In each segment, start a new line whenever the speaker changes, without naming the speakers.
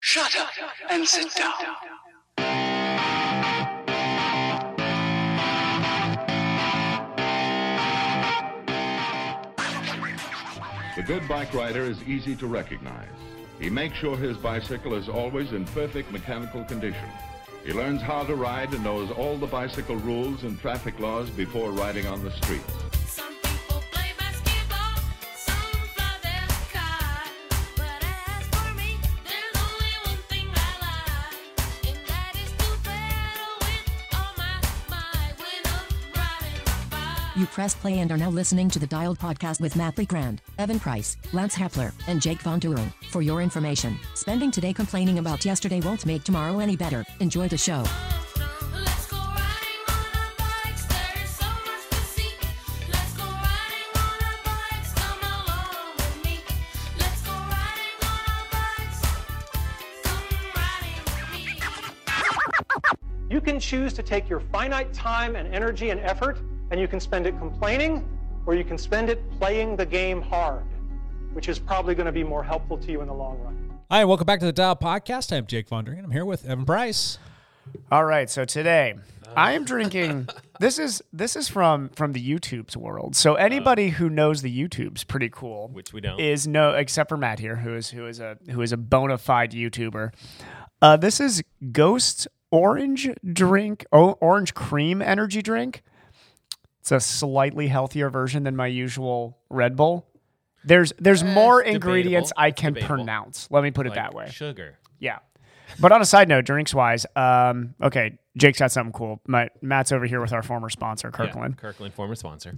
Shut up and sit down.
The good bike rider is easy to recognize. He makes sure his bicycle is always in perfect mechanical condition. He learns how to ride and knows all the bicycle rules and traffic laws before riding on the streets.
Some people play basketball, some fly their kite. But as for me, there's only one thing I like, and that is to pedal with all my might when I'm riding my bike.
You press play and are now listening to the Dialed Podcast with Matt Lee Grand, Evan Price, Lance Hepler, and Jake Von Duren. For your information, spending today complaining about yesterday won't make tomorrow any better. Enjoy the show.
Let's go riding on our bikes. There's so much to see. Let's go riding on our bikes. Come along with me. Let's go riding on our bikes. Come riding with me.
You can choose to take your finite time and energy and effort, and you can spend it complaining, or you can spend it playing the game hard, which is probably going to be more helpful to you in the long run.
Hi, and welcome back to the Dial Podcast. I'm Jake Vondering, and I'm here with Evan Price.
All right, so today I am drinking. this is this is from from the YouTube's world. So anybody who knows the YouTube's pretty cool,
which we don't.
is no except for Matt here, who is who is a who is a bona fide YouTuber. Uh, this is Ghost Orange Drink, o- Orange Cream Energy Drink. It's a slightly healthier version than my usual Red Bull. There's there's more ingredients
debatable.
I
Eh, It's
can
debatable.
pronounce. Let me put it
Like
that way.
Sugar.
Yeah. But on a side note, drinks wise, um, okay, Jake's got something cool. My, Matt's over here with our former sponsor,
Yeah,
Kirkland.
Kirkland, former sponsor.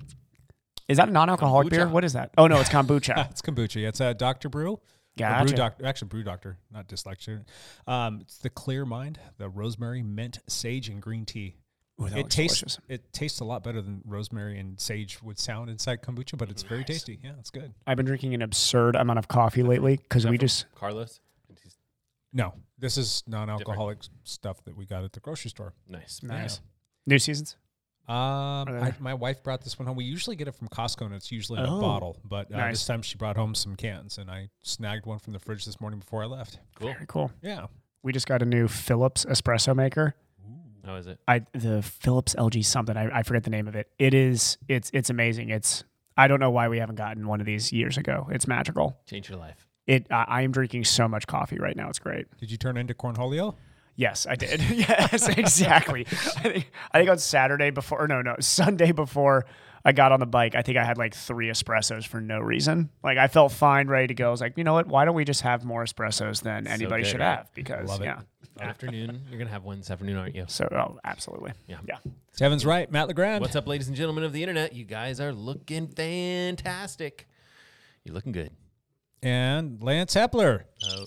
Is that a non-alcoholic beer?
Kombucha.
What is that? Oh no, it's kombucha.
It's kombucha. It's a Dr. Brew. or
Gotcha.
Brew doctor, actually, Brew Doctor, not dyslexia. Um, it's the Clear Mind, the rosemary, mint, sage, and green tea.
that
it
looks
tastes
delicious.
it tastes a lot better than rosemary and sage would sound inside kombucha, but it's very tasty. Yeah, it's good.
I've been drinking an absurd amount of coffee lately because we just
Carlos. He's
No, this is non-alcoholic stuff that we got at the grocery store.
nice.
nice new seasons.
Um,
Are
I,
there-
my wife brought this one home. We usually get it from Costco, and it's usually in
Oh.
a bottle. But uh,
Nice.
this time, she brought home some cans, and I snagged one from the fridge this morning before I left.
Cool.
Very cool.
Yeah,
We just got a new Phillips espresso maker.
How is it?
I the Phillips LG something. I, I forget the name of it. It is it's it's amazing. It's I don't know why we haven't gotten one of these years ago. It's magical.
Change your life.
It I, I am drinking so much coffee right now. It's great.
did you turn into Cornholio?
Yes, I did. yes, exactly. I think, I think on Saturday before, or no, no, Sunday before I got on the bike, I think I had like three espressos for no reason. Like I felt fine, ready to go. I was like, you know what? Why don't we just have more espressos than anybody
good,
should
right?
have? Because
Love it.
yeah,
Afternoon. You're gonna have one this afternoon, aren't you?
so oh, absolutely.
Yeah.
yeah.
Kevin's right. Matt Legrand.
What's up, ladies and gentlemen of the internet? You guys are looking fantastic. You're looking good.
And Lance Hepler.
Oh,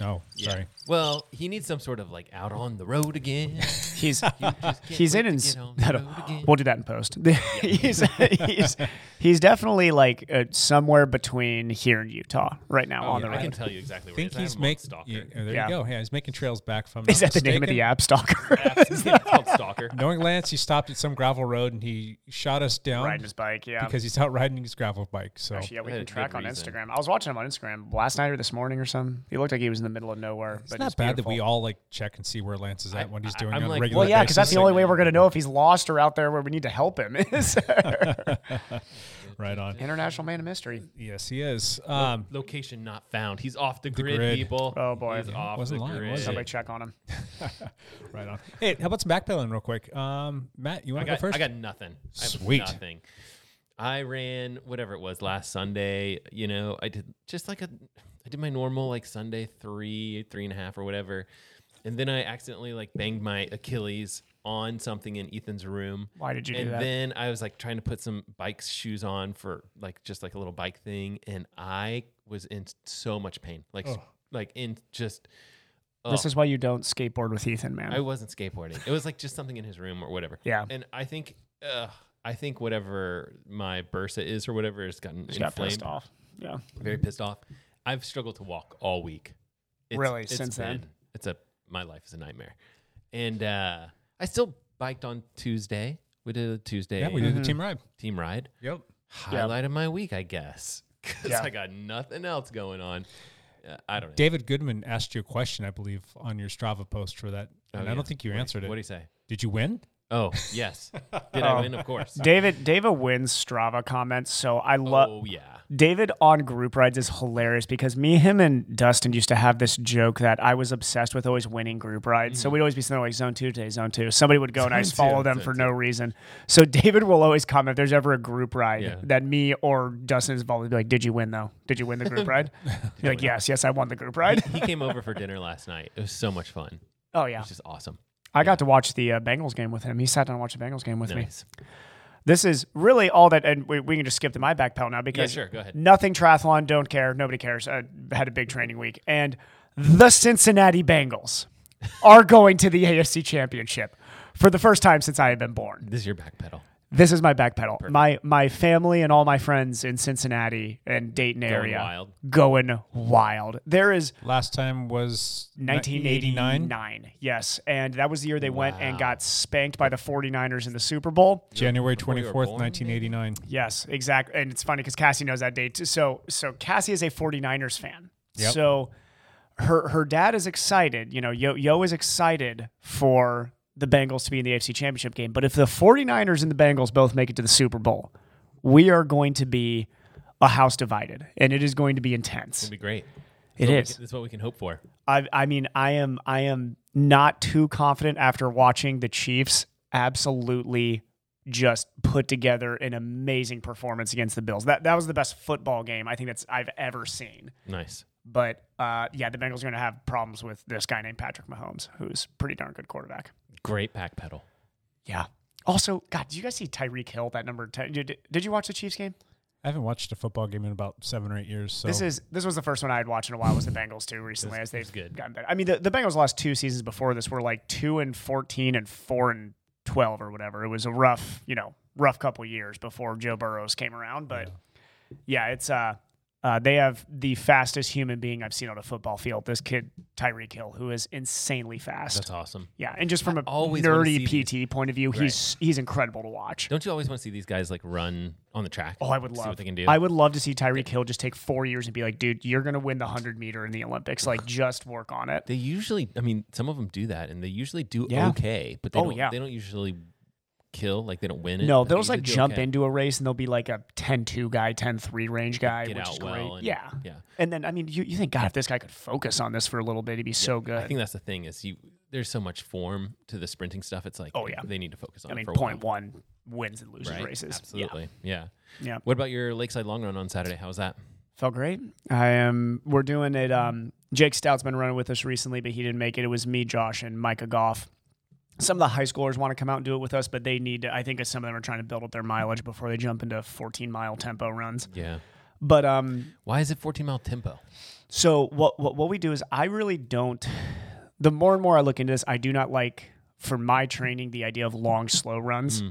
No,
yeah.
sorry.
Well, he needs some sort of like out on the road again.
He's
Just can't
he's
wait
in
to
and
get
s- that'll-
on the road again.
we'll do that in post. he's, he's he's definitely like uh, somewhere between here and Utah right now on
Oh, Yeah,
the
I can
road.
tell you
I
exactly where
think
he is.
he's
I have him on
making.
Stalker.
there
Yeah.
you go. Yeah, he's making trails back from.
Is that the name of the app, Stalker?
uh,
called Stalker.
Knowing Lance, he stopped at some gravel road and he shot us down
Riding his bike, yeah.
because he's out riding his gravel bike. So
Actually, yeah, we
That
can
is a good
track on
reason.
Instagram. I was watching him on Instagram last night or this morning or something. He looked like he was in the middle of nowhere.
it's
but
not
it's
bad that we
beautiful.
all like check and see where Lance is at, when he's
I-
doing
I'm
on a
like-
regular
Well, yeah, because that's
basis.
the only way we're going to know if he's lost or out there where we need to help him. Is
Right on.
international man of mystery.
Yes, he is. Um,
Location not found. He's off the, grid,
grid.
people.
Oh, boy.
He's
Yeah,
off
wasn't
the
lying,
grid.
was it?
Somebody check on him.
right on. Hey, how about some backpedaling real quick? Um, Matt, you
I
want to go
got,
first?
I got nothing. I have
Sweet.
nothing. I ran whatever it was last Sunday. You know, I did just like a, I did my normal like Sunday three, three and a half or whatever, and then I accidentally like banged my Achilles on something in Ethan's room.
Why did you do
and
that?
then I was like trying to put some bike shoes on for like just like a little bike thing, and I was in so much pain, like s- like in just.
This
Oh.
is why you don't skateboard with Ethan, man.
I wasn't skateboarding. It was like just something in his room or whatever.
Yeah.
And I think, uh, I think whatever my bursa is or whatever has gotten
just got
inflamed.
pissed off. Yeah.
Very pissed off. I've struggled to walk all week.
Really? Since then?
been- it's a my life is a nightmare. And uh, I still biked on Tuesday. We did a uh-huh. Tuesday uh,
yeah, we did the team ride.
team ride.
Yep.
Highlight of my week, I guess, because
Yeah.
I got nothing else going on. Uh, I don't know.
David Goodman asked you a question, I believe, on your Strava post for that, and I
Oh, yeah.
don't think you answered it.
What do you say?
Did you win?
Oh, yes. Did
Oh.
I win? Of course.
David David wins Strava comments, so I love
Oh yeah.
David on group rides is hilarious because me, him, and Dustin used to have this joke that I was obsessed with always winning group rides.
Mm.
So we'd always be sitting there like zone two today, zone two. Somebody would go and I just follow them for no reason. So David will always comment if there's ever a group ride
Yeah.
that me or Dustin is involved. He'd be like, "Did you win though? Did you win the group ride?" You're like, "Yes, yes, I won the group ride."
He came over for dinner last night. It was so much fun.
oh yeah,
It's just awesome.
I got to watch the uh, Bengals game with him. He sat down and watched the Bengals game with me.
Nice.
This is really all that, and we, we can just skip to my backpedal now because
sure, go ahead.
nothing triathlon, don't care, nobody cares. I had a big training week, and the Cincinnati Bengals are going to the AFC Championship for the first time since I have been born.
This is your back pedal.
This is my backpedal. My my family and all my friends in Cincinnati and Dayton area
wild.
going wild. There is
Last time was 1989,
1989. Yes, and that was the year they went and got spanked by the 49ers in the Super Bowl.
January
you were
24th,
born,
1989.
Yes, exactly. And it's funny because Cassie knows that date. too. So so Cassie is a 49ers fan. So her her dad is excited. You know, Yo Yo is excited for the Bengals to be in the AFC Championship game. But if the 49ers and the Bengals both make it to the Super Bowl, we are going to be a house divided, and it is going to be intense.
It'd be great.
It
That's what we
is.
can- That's what we can hope for.
I, I mean, I am I am not too confident after watching the Chiefs absolutely just put together an amazing performance against the Bills. That that was the best football game I think that's I've ever seen.
Nice.
But uh, yeah, the Bengals are going to have problems with this guy named Patrick Mahomes, who's pretty darn good quarterback.
Great back pedal.
Yeah. Also, God, did you guys see Tyreek Hill? That number ten. Did, did you watch the Chiefs game?
I haven't watched a football game in about seven or eight years. So
This is this was the first one I had watched in a while. Was the Bengals too recently as they've
good.
gotten better. I mean, the, the Bengals lost two seasons before this were like two and fourteen and four and twelve or whatever. It was a rough, you know, rough couple years before Joe Burrows came around. But yeah, it's uh, uh, they have the fastest human being I've seen on a football field. This kid Tyreek Hill, who is insanely fast.
That's awesome.
Yeah, and just from a
always wanna
nerdy
see these.
PT point of view, he's he's incredible to watch.
Don't you always want to see these guys like run on the track?
Oh, I would
see
love.
what they can do.
I would love to see Tyreek Hill just take four years and be like, dude, you're gonna win the hundred meter in the Olympics. Like, just work on it.
They usually, I mean, some of them do that, and they usually do
Yeah.
okay, but they
Oh,
don't.
yeah.
They don't usually kill. Like they don't win it.
No,
but they
they'll just like
usually do
jump
okay.
into a race and they'll be like a 10-2 guy, 10-3 range guy,
Get
which
out
is great.
well and-
yeah,
yeah.
And then I mean, you, you think God, if this guy could focus on this for a little bit, he'd be so good.
I think that's the thing is you. There's so much form to the sprinting stuff. It's like,
Oh, yeah.
they need to focus on.
I
it
mean,
for
point
a while,
one wins and loses
right?
races.
Absolutely, yeah.
Yeah.
What about your Lakeside Long Run on Saturday? How was that?
Felt great. I am. We're doing it. Um, Jake Stout's been running with us recently, but he didn't make it. It was me, Josh, and Micah Goff. Some of the high schoolers want to come out and do it with us, but they need. To, I think some of them are trying to build up their mileage before they jump into 14 mile tempo runs.
Yeah.
But um,
Why is it 14 mile tempo?
so what, what what we do is I really don't. The more and more I look into this, I do not like for my training the idea of long slow runs.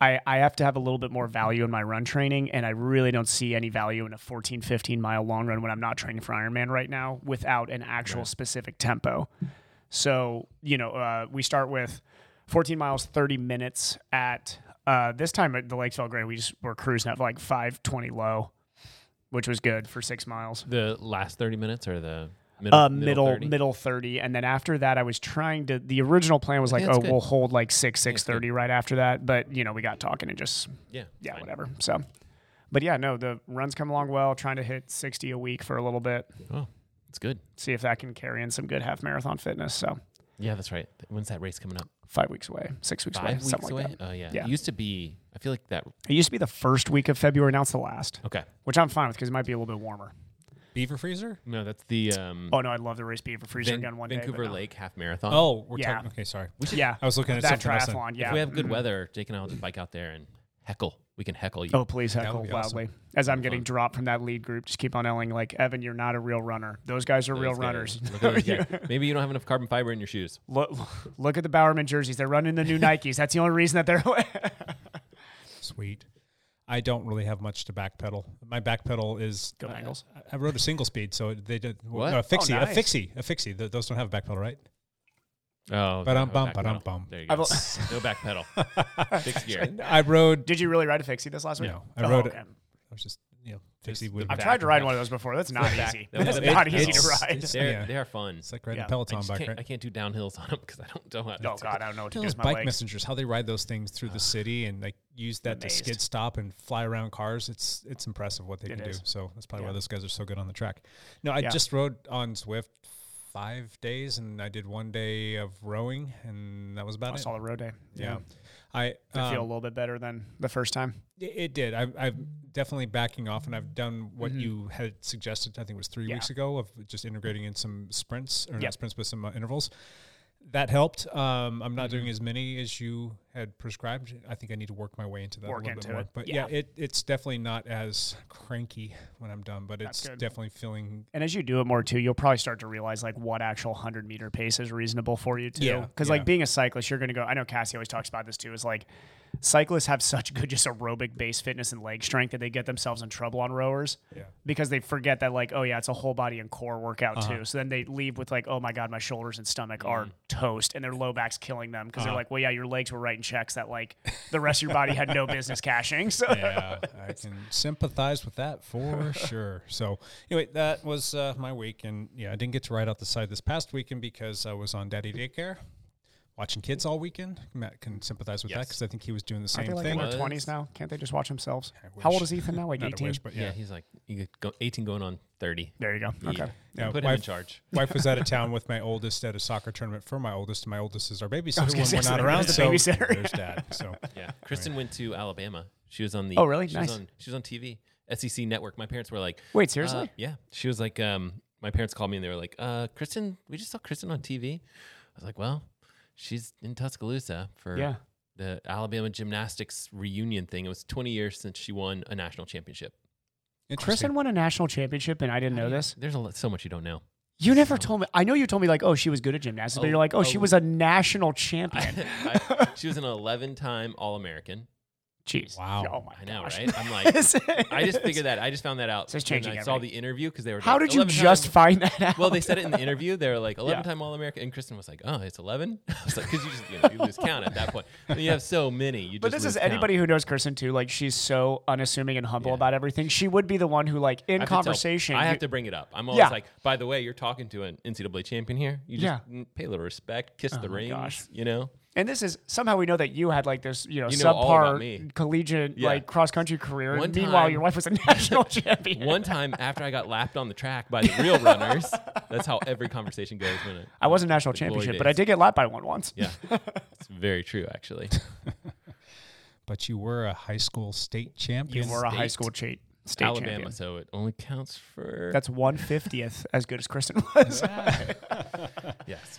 I, I have to have a little bit more value in my run training, and I really don't see any value in a 14, 15 mile long run when I'm not training for Ironman right now without an actual specific tempo. So, you know, uh, we start with 14 miles, 30 minutes at uh, this time at the Lakesville Grand, we just were cruising at like 520 low, which was good for six miles
The last 30 minutes or the middle
uh, middle
30?
middle 30. and then after that i was trying to the original plan was like
Yeah, it's
oh
good.
we'll hold like 6 630 right after that but you know we got talking and just
Yeah.
yeah
fine.
whatever so but yeah no the runs come along well trying to hit 60 a week for a little bit
Oh, it's good.
see if that can carry in some good half marathon fitness so
Yeah, that's right. When's that race coming up?
five weeks away six weeks away
Five weeks
something
away.
like that
oh yeah.
Yeah.
It used to be. I feel like that.
it used to be the first week of february now it's the last
Okay.
which i'm fine with because it might be a little bit warmer
Beaver Freezer.
No, that's the um,
oh no i'd love to race beaver freezer
Van-
again one day
Vancouver
but no.
Lake Half Marathon.
Oh, we're
Yeah.
talking. Okay, sorry.
yeah
I was looking at
that
something else then.
triathlon yeah Mm-hmm.
If we have good weather, Jake and I will just bike out there and heckle. We can heckle you.
Oh, please heckle
would be awesome.
loudly. As I'm getting dropped from that lead group, just keep on yelling like, Evan, you're not a real runner. Those guys are
Those
real
guys.
runners.
Look at those guys. Maybe you don't have enough carbon fiber in your shoes.
look, look at the Bowerman jerseys. They're running the new Nikes. That's the only reason that they're.
Sweet. I don't really have much to backpedal. My backpedal is
Go Bengals.
I, I rode a single speed, so they did
What?
Uh, fixie,
Oh,
a
nice.
fixie, a fixie. Th- those don't have a backpedal, right?
Oh,
Ba-dum
no
bum,
back
ba-dum
pedal.
bum.
There you go.
I've-
no back pedal. Six gear.
I rode.
Did you really ride a fixie this last week?
No, I
Oh,
rode.
okay.
I was just you know, fixie
the
would.
back
I've tried to ride
back.
one of those before. That's not
Back-
easy.
that was
That's
the
not
big-
easy to
it's-
ride.
it's-
They're
yeah.
they're fun.
It's like riding
Yeah,
a
I
I,
Peloton
just
bike,
can't,
right?
I can't do downhills on them because I don't know how.
Oh
to-
God, I don't know what to do
those
with my
bike
legs. Ah.
messengers, how they ride those things through the city and like use that to skid
Amazed.
stop and fly around cars. It's it's impressive what they
It
can
is.
do. So that's probably why
Yeah.
those guys are so good on the track. No, I
Yeah.
just rode on Swift five days and I did one day of rowing and that was about
I
it.
saw the road day.
yeah. I
I feel a
um,
little bit better than the first time.
It it did. I've, I'm definitely backing off, and I've done what you had suggested. I think it was three
Mm-hmm. Yeah.
weeks ago of just integrating in some sprints or
Yep.
not sprints, but some uh, intervals. That helped. Um, I'm not
Mm-hmm.
doing as many as you had prescribed. I think I need to work my way into that
Work
a little bit
into
more.
it.
But
Yeah.
yeah, it, it's definitely not as cranky when I'm done, but it's
good.
definitely feeling
And as you do it more too, you'll probably start to realize like what actual 100 meter pace is reasonable for you too.
Yeah,
Cause
yeah.
like being a cyclist, you're going to go, I know Cassie always talks about this too, is like cyclists have such good just aerobic base fitness and leg strength that they get themselves in trouble on rowers
Yeah.
because they forget that like, oh yeah, it's a whole body and core workout
Uh-huh.
too. So then they leave with like, oh my God, my shoulders and stomach are
Mm-hmm.
toast and their low back's killing them. because
Uh-huh.
they're like, well, yeah, your legs were writing checks that like the rest of your body had no business cashing. So
yeah, I can sympathize with that for sure. So, anyway, that was uh, my week, and yeah, I didn't get to ride out the side this past weekend because I was on daddy daycare, watching kids all weekend. Matt can sympathize with that
Yes.
because I think he was doing the
aren't
same
they like
thing.
in
Was-
their 20s now? Can't they just watch themselves? How old
wish.
is Ethan now? Like
Not a
18?
wish, but
Yeah,
yeah.
he's like you could go 18 going on 30.
There you go. Okay.
Yeah,
Put him in
wife-
charge.
Wife was out of town with my oldest at a soccer tournament for my oldest, and my oldest is our babysitter
gonna
when
say,
we're
so
not
there's
around.
the
So
babysitter.
there's dad. So
Yeah, Kristen went to Alabama. She was on the.
Oh, really?
She
Nice.
Was on, she was on TV, SEC E Network. My parents were like,
Wait, seriously?
uh, yeah. She was like, um, my parents called me and they were like, uh, Kristen, we just saw Kristen on TV. I was like, well, she's in Tuscaloosa for
Yeah.
the Alabama gymnastics reunion thing. It was 20 years since she won a national championship.
Kristen
interesting.
won a national championship, and I didn't know this.
There's a lot, so much you don't know.
You never told me. I know you told me like, oh, she was good at gymnastics, but
Oh,
you're like, oh, she
oh.
was a national champion.
I- she was an 11 time All American.
Jeez.
Wow.
Oh my
I know,
gosh.
right? I'm like,
This
I just
is-
figured that. I just found that out.
So it's
when
changing
I saw the
everything.
interview because they were.
How
like,
did you
11
just
time-
find that out?
Well, they said it in the interview. They were like 11
Yeah.
time All American, and Kristen was like, "Oh, it's 11." I was like, "Because you just you, know, you lose count at that point. I mean, you have so many. You
But
just
this is
lose count.
anybody who knows Kristen too. Like she's so unassuming and humble
Yeah.
about everything. She would be the one who, like, in
I have to tell-
conversation,
I
you-
have to bring it up. I'm always
Yeah.
like, "By the way, you're talking to an NCAA champion here. You just
Yeah. Oh
mm, pay a little respect, kiss the rings.
gosh.
You know,
And this is somehow we know that you had like this, you know,
You know all about me.
subpar collegiate,
Yeah.
like cross country career.
One
and meanwhile,
time-
your wife was a national champion.
one time after I got lapped on the track by the real runners, that's how every conversation goes. When it,
I wasn't national
The glory
championship, but I
days.
did get lapped by one once.
Yeah, it's very true actually.
But you were a high school state champion.
You were a high
State.
school cha- state
Alabama,
champion.
so it only counts for
That's one fiftieth as good as Kristen was.
yes.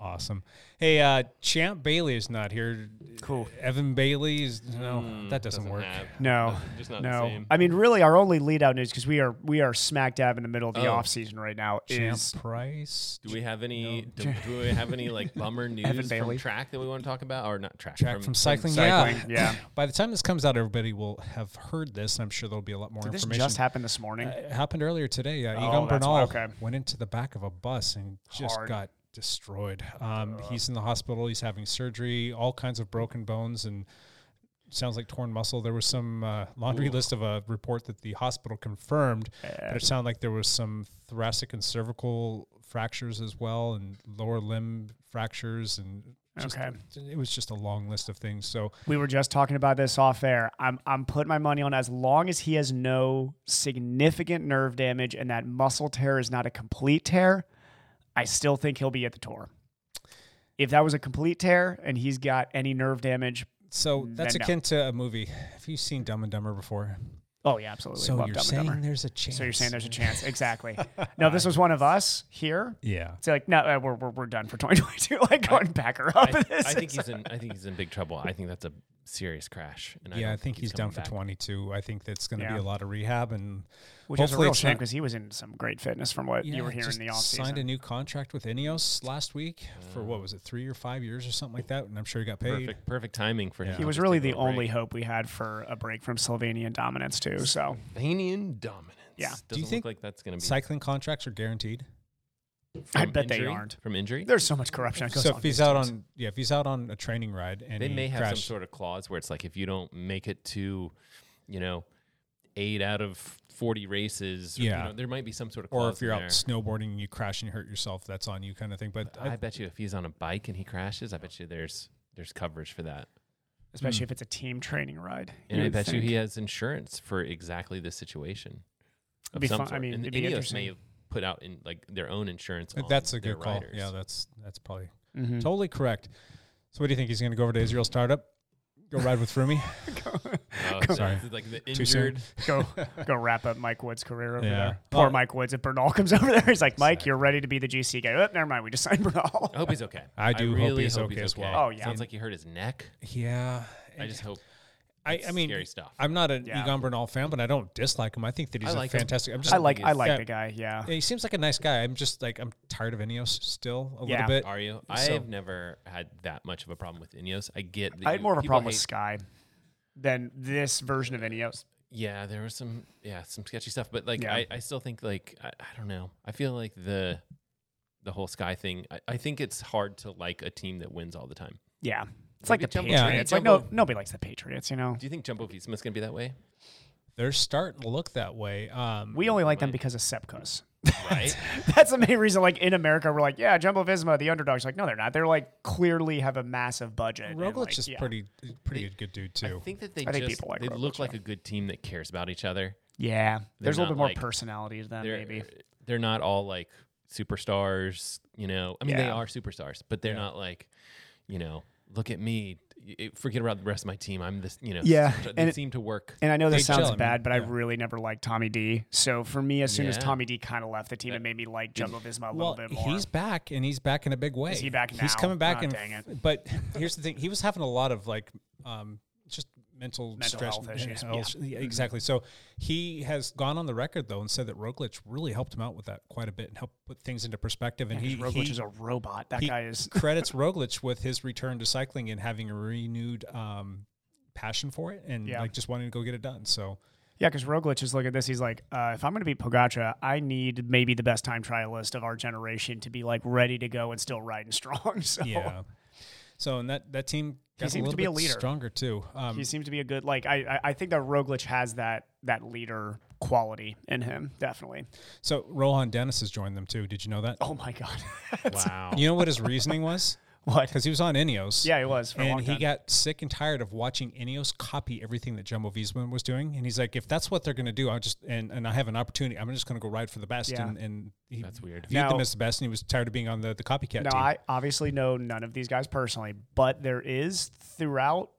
Awesome. Hey, uh, Champ Bailey is not here.
Cool.
Evan Bailey is no, that Hmm, doesn't, work.
No,
just not the
no.
same.
I mean, really, our only lead out news because we are we are smack dab in the middle of the
Oh.
off season right now
Champ
is
Price.
Do we have any? Do, do we have any like bummer
Evan
news from
Bailey.
track that we want to talk about, or not track?
Track from, cycling.
cycling.
Yeah.
Yeah.
By the time this comes out, everybody will have heard this. and I'm sure there'll be a lot more
Did this
information.
just happened this morning.
It happened earlier today. Uh,
Oh,
Egon
that's
Bernal
why- okay.
went into the back of a bus and just
Hard.
got destroyed. Um, he's in the hospital. He's having surgery. All kinds of broken bones and sounds like torn muscle. There was some uh, laundry list of a report that the hospital confirmed,
Eh.
but it sounded like there was some thoracic and cervical fractures as well, and lower limb fractures, and just,
Okay.
it was just a long list of things. So
We were just talking about this off air. I'm I'm putting my money on as long as he has no significant nerve damage and that muscle tear is not a complete tear, I still think he'll be at the tour. If that was a complete tear and he's got any nerve damage,
so that's
no.
akin to a movie. Have you seen Dumb and Dumber before?
oh yeah, absolutely.
So
Love
you're
Dumb and
saying
Dumber.
there's a chance.
so you're saying there's a chance, exactly. No, if this was one of us here.
Yeah.
It's like no, uh, we're, we're we're done for 2022. Like going back her up.
I, th-
this
I think
is-
he's in. I think he's in big trouble. I think that's a serious crash. And
yeah,
don't
I think he's
coming
down for
back.
22. I think that's going to
Yeah.
be a lot of rehab and
which is a
hopefully
real
it's
shame
not-
because he was in some great fitness from what you were hearing in
just
the off
Signed a new contract with Ineos last week for what was it, three or five years or something like that, and I'm sure he got paid.
Mm. Perfect, perfect timing for him.
He was really the only hope we had for a break from Slovenian dominance too. So
Albanian dominance.
Yeah.
doesn't
Do you think
look like that's going to be
Cycling contracts are guaranteed.
I
from
bet they
injury-
aren't.
from injury.
There's so much corruption that goes
So
on.
if he's out on yeah, if he's out on a training ride and
they
he
may have
crashed,
some sort of clause where it's like if you don't make it to, you know, eight out of 40 races. or, you
Yeah.
know, there might be some sort of
or
clause
if you're
in
out
there.
snowboarding and you crash and you hurt yourself, that's on you, kind of thing. But I,
I bet you if he's on a bike and he crashes, I bet you there's there's coverage for that.
especially
Mm.
if it's a team training ride.
And I
would
bet you
think.
he has insurance for exactly this situation.
It'd be
some
fun- I
sort.
mean,
and
it'd be
Ineos may
interesting.
put out in like their own insurance. on
that's a
their
good call.
riders.
Yeah, that's that's probably
Mm-hmm. Hmm.
totally correct. So what do you think? He's going to go over to Israel Startup, go ride with Froomey?
Oh, so
Sorry.
it's Like the
Too soon?
injured.
go go wrap up Mike Wood's career over
Yeah.
there. Poor
Well-
Mike Woods. If Bernal comes over there, he's like, Mike, you're ready to be the GC guy. Oh, never mind. We just signed Bernal.
I hope he's okay.
I do hope
really
he's okay as well.
Oh, yeah.
Sounds like he hurt his neck.
Yeah,
I just hope.
I,
It's
I mean,
scary stuff.
I'm not an
Yeah.
Egon Bernal fan, but I don't dislike him. I think that he's
I
a
like him.
fantastic. I'm just
I like I like
Yeah.
the guy. Yeah.
Yeah, he seems like a nice guy. I'm just like I'm tired of Ineos still a
Yeah.
little bit.
Are you? I have never had that much of a problem with Ineos. I get. That
I had
you-
more of a
people
problem with
hate-
Sky than this version of E Ineos.
Yeah, there was some. Yeah, some sketchy stuff. But like,
Yeah.
I, I still think like I, I don't know. I feel like the the whole Sky thing. I, I think it's hard to like a team that wins all the time.
Yeah. It's like the
Jumbo-
Patriots.
Yeah.
Like no
Jumbo-
nobody likes the Patriots, you know.
Do you think Jumbo Visma's gonna be that way?
They're starting to look that way. Um,
We only like them because of Sepkos.
Right.
That's the main reason. Like in America, we're like, yeah, Jumbo Visma, the underdogs. Like, no, they're not. They're like clearly have a massive budget. and,
Roglic
like,
is
yeah.
pretty pretty good dude too.
I think that they
I think
just
people like
they
Roglic,
look like a good team that cares about each other.
Yeah, there's a little
not,
bit more
like-
personality to them,
They're
maybe.
uh,
they're not all like superstars. You know, I mean they
Yeah.
are superstars, but they're not like you know, look at me. y- y- Forget about the rest of my team. I'm this. You know,
Yeah,
superstar."
and
They
it-
seem to work.
And I know this
They
sounds
chill, I mean,
bad, but I
yeah.
really never liked Tommy D. So for me, as soon as
Yeah.
Tommy D kind of left the team, it made me like Jumbo Visma a little
well,
bit more.
he's back and he's back in a big way.
he back
He's
now?
coming back
Ah,
and
dang it.
but here's the thing: he was having a lot of like um, just mental, stress
health issues,
mental health- yeah, exactly. So he has gone on the record though and said that Roglic really helped him out with that quite a bit and helped put things into perspective. And he,
Roglic
he-
is a robot. That
he
guy is.
credits Roglic with his return to cycling and having a renewed um, passion for it and
Yeah.
like just wanting to go get it done. So
Yeah, because Roglic is looking at this. He's like, uh, if I'm going to beat Pogacar, I need maybe the best time trialist of our generation to be like ready to go and still riding strong. So
yeah. So and that that team got
seems
a
to
little
be a
bit
leader.
stronger too. Um,
he seems to be a good like. I I, I think that Roglic has that that leader quality in him definitely.
So Rohan Dennis has joined them too. Did you know that?
Oh my god. That's-
Wow.
You know what his reasoning was?
What?
Because he was on Ineos.
Yeah, he was for a
and
long
he
time.
got sick and tired of watching Ineos copy everything that Jumbo Visma was doing. And he's like, if that's what they're going to do, I'll just, and, and I have an opportunity, I'm just going to go ride for the best.
Yeah.
And, and he
That's weird.
viewed
Now-
them as the best, and he was tired of being on the, the copycat
Now,
team.
I obviously know none of these guys personally, but there is throughout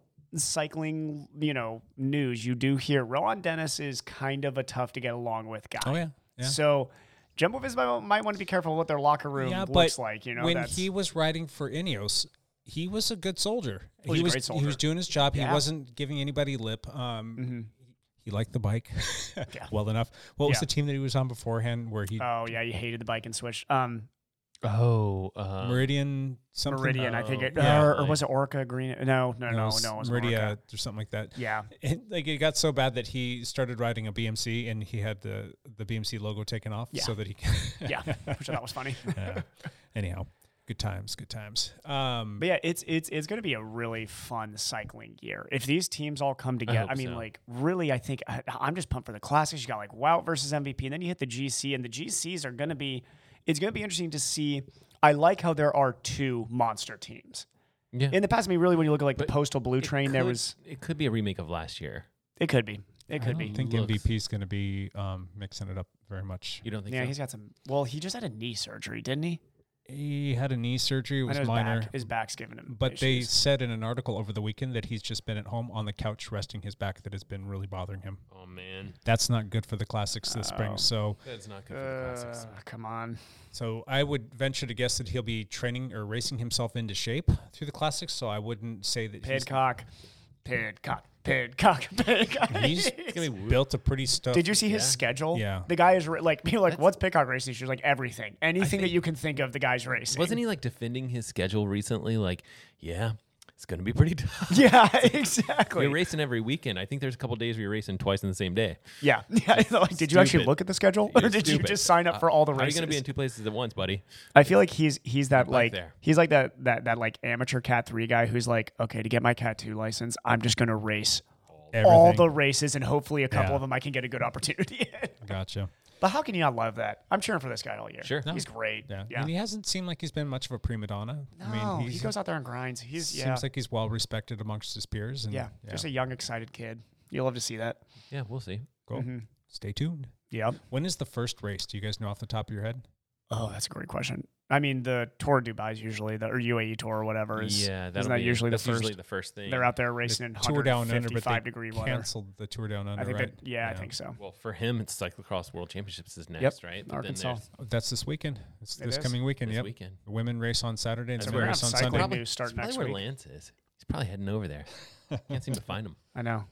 cycling, you know, news, you do hear Rowan Dennis is kind of a tough to get along with guy.
oh, yeah. Yeah.
So Jumbo Visma might want to be careful what their locker room
yeah,
looks
but
like. You know,
when
that's,
he was riding for Ineos, he was a good soldier.
he's
he
a
was
great
he
soldier.
was doing his job.
Yeah. Mm-hmm.
He wasn't giving anybody lip. Um, He liked the bike well enough. What was
Yeah.
the team that he was on beforehand? Where he
oh yeah, he hated the bike and switched. Um,
Oh, uh,
Meridian something
Meridian, I think it,
yeah,
or, or
like-
was it Orca Green? No, no, no, no,
it
it
was
was
Meridia
Orca.
or something like that.
Yeah,
And, like it got so bad that he started riding a BMC and he had the the BMC logo taken off
Yeah.
so that he.
yeah, which I thought was funny.
Yeah. Anyhow, good times, good times. Um,
But yeah, it's it's it's going to be a really fun cycling year if these teams all come together.
hope
I, mean,
so.
like really, I think I, I'm just pumped for the classics. You got like Wout versus MVP, and then you hit the GC, and the GCs are going to be. It's going to be interesting to see. I like how there are two monster teams.
Yeah.
In the past, I mean, really, when you look at like
But
the Postal Blue Train, there
could-
was
It could be a remake of last year.
it could be it could
I
be.
think
looks-
MVP is going to be um, mixing it up very much.
You don't think?
Yeah,
so?
he's got some. Well, he just had a knee surgery, didn't he?
He had a knee surgery. It
I
was
know his
minor.
back. His back's giving him.
But they
issues.
said in an article over the weekend that he's just been at home on the couch resting his back that has been really bothering him.
Oh man,
That's not good for the classics this
Oh.
spring. So
that's not good
Uh,
for the classics.
Ugh, come on.
so I would venture to guess that he'll be training or racing himself into shape through the classics. So I wouldn't say that he's,
Pidcock, Pidcock, Pidcock, Pidcock.
he's gonna be built a pretty stuff.
Did you see his schedule?
Yeah.
The guy is ra- like, people are like, what's Pidcock racing? She was like, everything, anything that you can think of. The guy's racing.
Wasn't he like defending his schedule recently? Like, yeah, it's gonna be pretty tough.
Yeah, exactly.
We're racing every weekend. I think there's a couple days where you're racing twice in the same day.
yeah, yeah. Like, did you actually
Stupid.
look at the schedule, or
You're
did you
stupid. Uh,
just sign up for all the
How Are you
races?
gonna be in two places at once, buddy?
I feel like he's he's that like
there.
he's like that that that like amateur Cat three guy who's like, okay, to get my Cat two license, I'm just gonna race all
Everything.
the races, and hopefully a couple
Yeah.
of them I can get a good opportunity in.
Gotcha.
but how can you not love that? I'm cheering for this guy all year.
Sure. No.
he's great.
Yeah.
Yeah,
And he hasn't seemed like he's been much of a prima donna.
no,
I mean,
he
he's,
goes out there and grinds. He's
seems
yeah,
like he's well respected amongst his peers. And
yeah, just a young, excited kid. You'll love to see that.
Yeah, we'll see.
cool.
Mm-hmm.
Stay tuned.
Yep.
When is the first race? Do you guys know off the top of your head?
Oh, that's a great question. I mean, the tour of Dubai is usually the or UAE tour or whatever is.
yeah, that'll
isn't that
be-
usually the
that's
first?
usually the first thing.
they're out there
The
racing in
tour down under, but they
155 degree weather.
canceled the tour down under.
I think
right?
that. Yeah, I think so.
Well, for him, it's cyclocross world championships is next, right? But then
Arkansas.
there's-
Oh, That's this weekend. It's
It
this
is?
coming weekend.
This
yep.
weekend.
The women race on Saturday and
So
the
we're
men
gonna
race
have
on
cycling
Sunday.
Probably- news start
that's probably
next
where
week.
Lance is. He's probably heading over there. Can't seem to find him.
I know.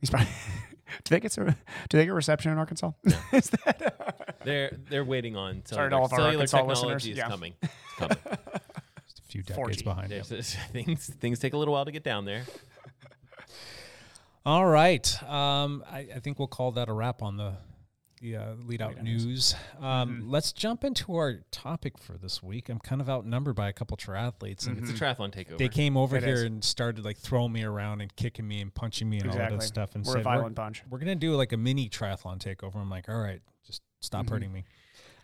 He's probably. do they get some, do they get reception in Arkansas? Is that-
They're they're waiting on
Sorry
cellular,
to all of our
cellular
Arkansas
technology
listeners.
is
Yeah.
coming. It's coming.
Just a few decades
4G.
behind.
There's, there's- things things take a little while to get down there.
All right. Um, I, I think we'll call that a wrap on the the uh, lead out news. Um,
Mm-hmm.
Let's jump into our topic for this week. I'm kind of outnumbered by a couple triathletes, and
It's a
Hmm.
triathlon takeover.
they came over
Mm-hmm. It
here
is.
and started like throwing me around and kicking me and punching me and all that
Exactly.
other stuff. And
We're a
said,
violent bunch."
We're gonna do like a mini triathlon takeover. I'm like, all right, just stop hurting me.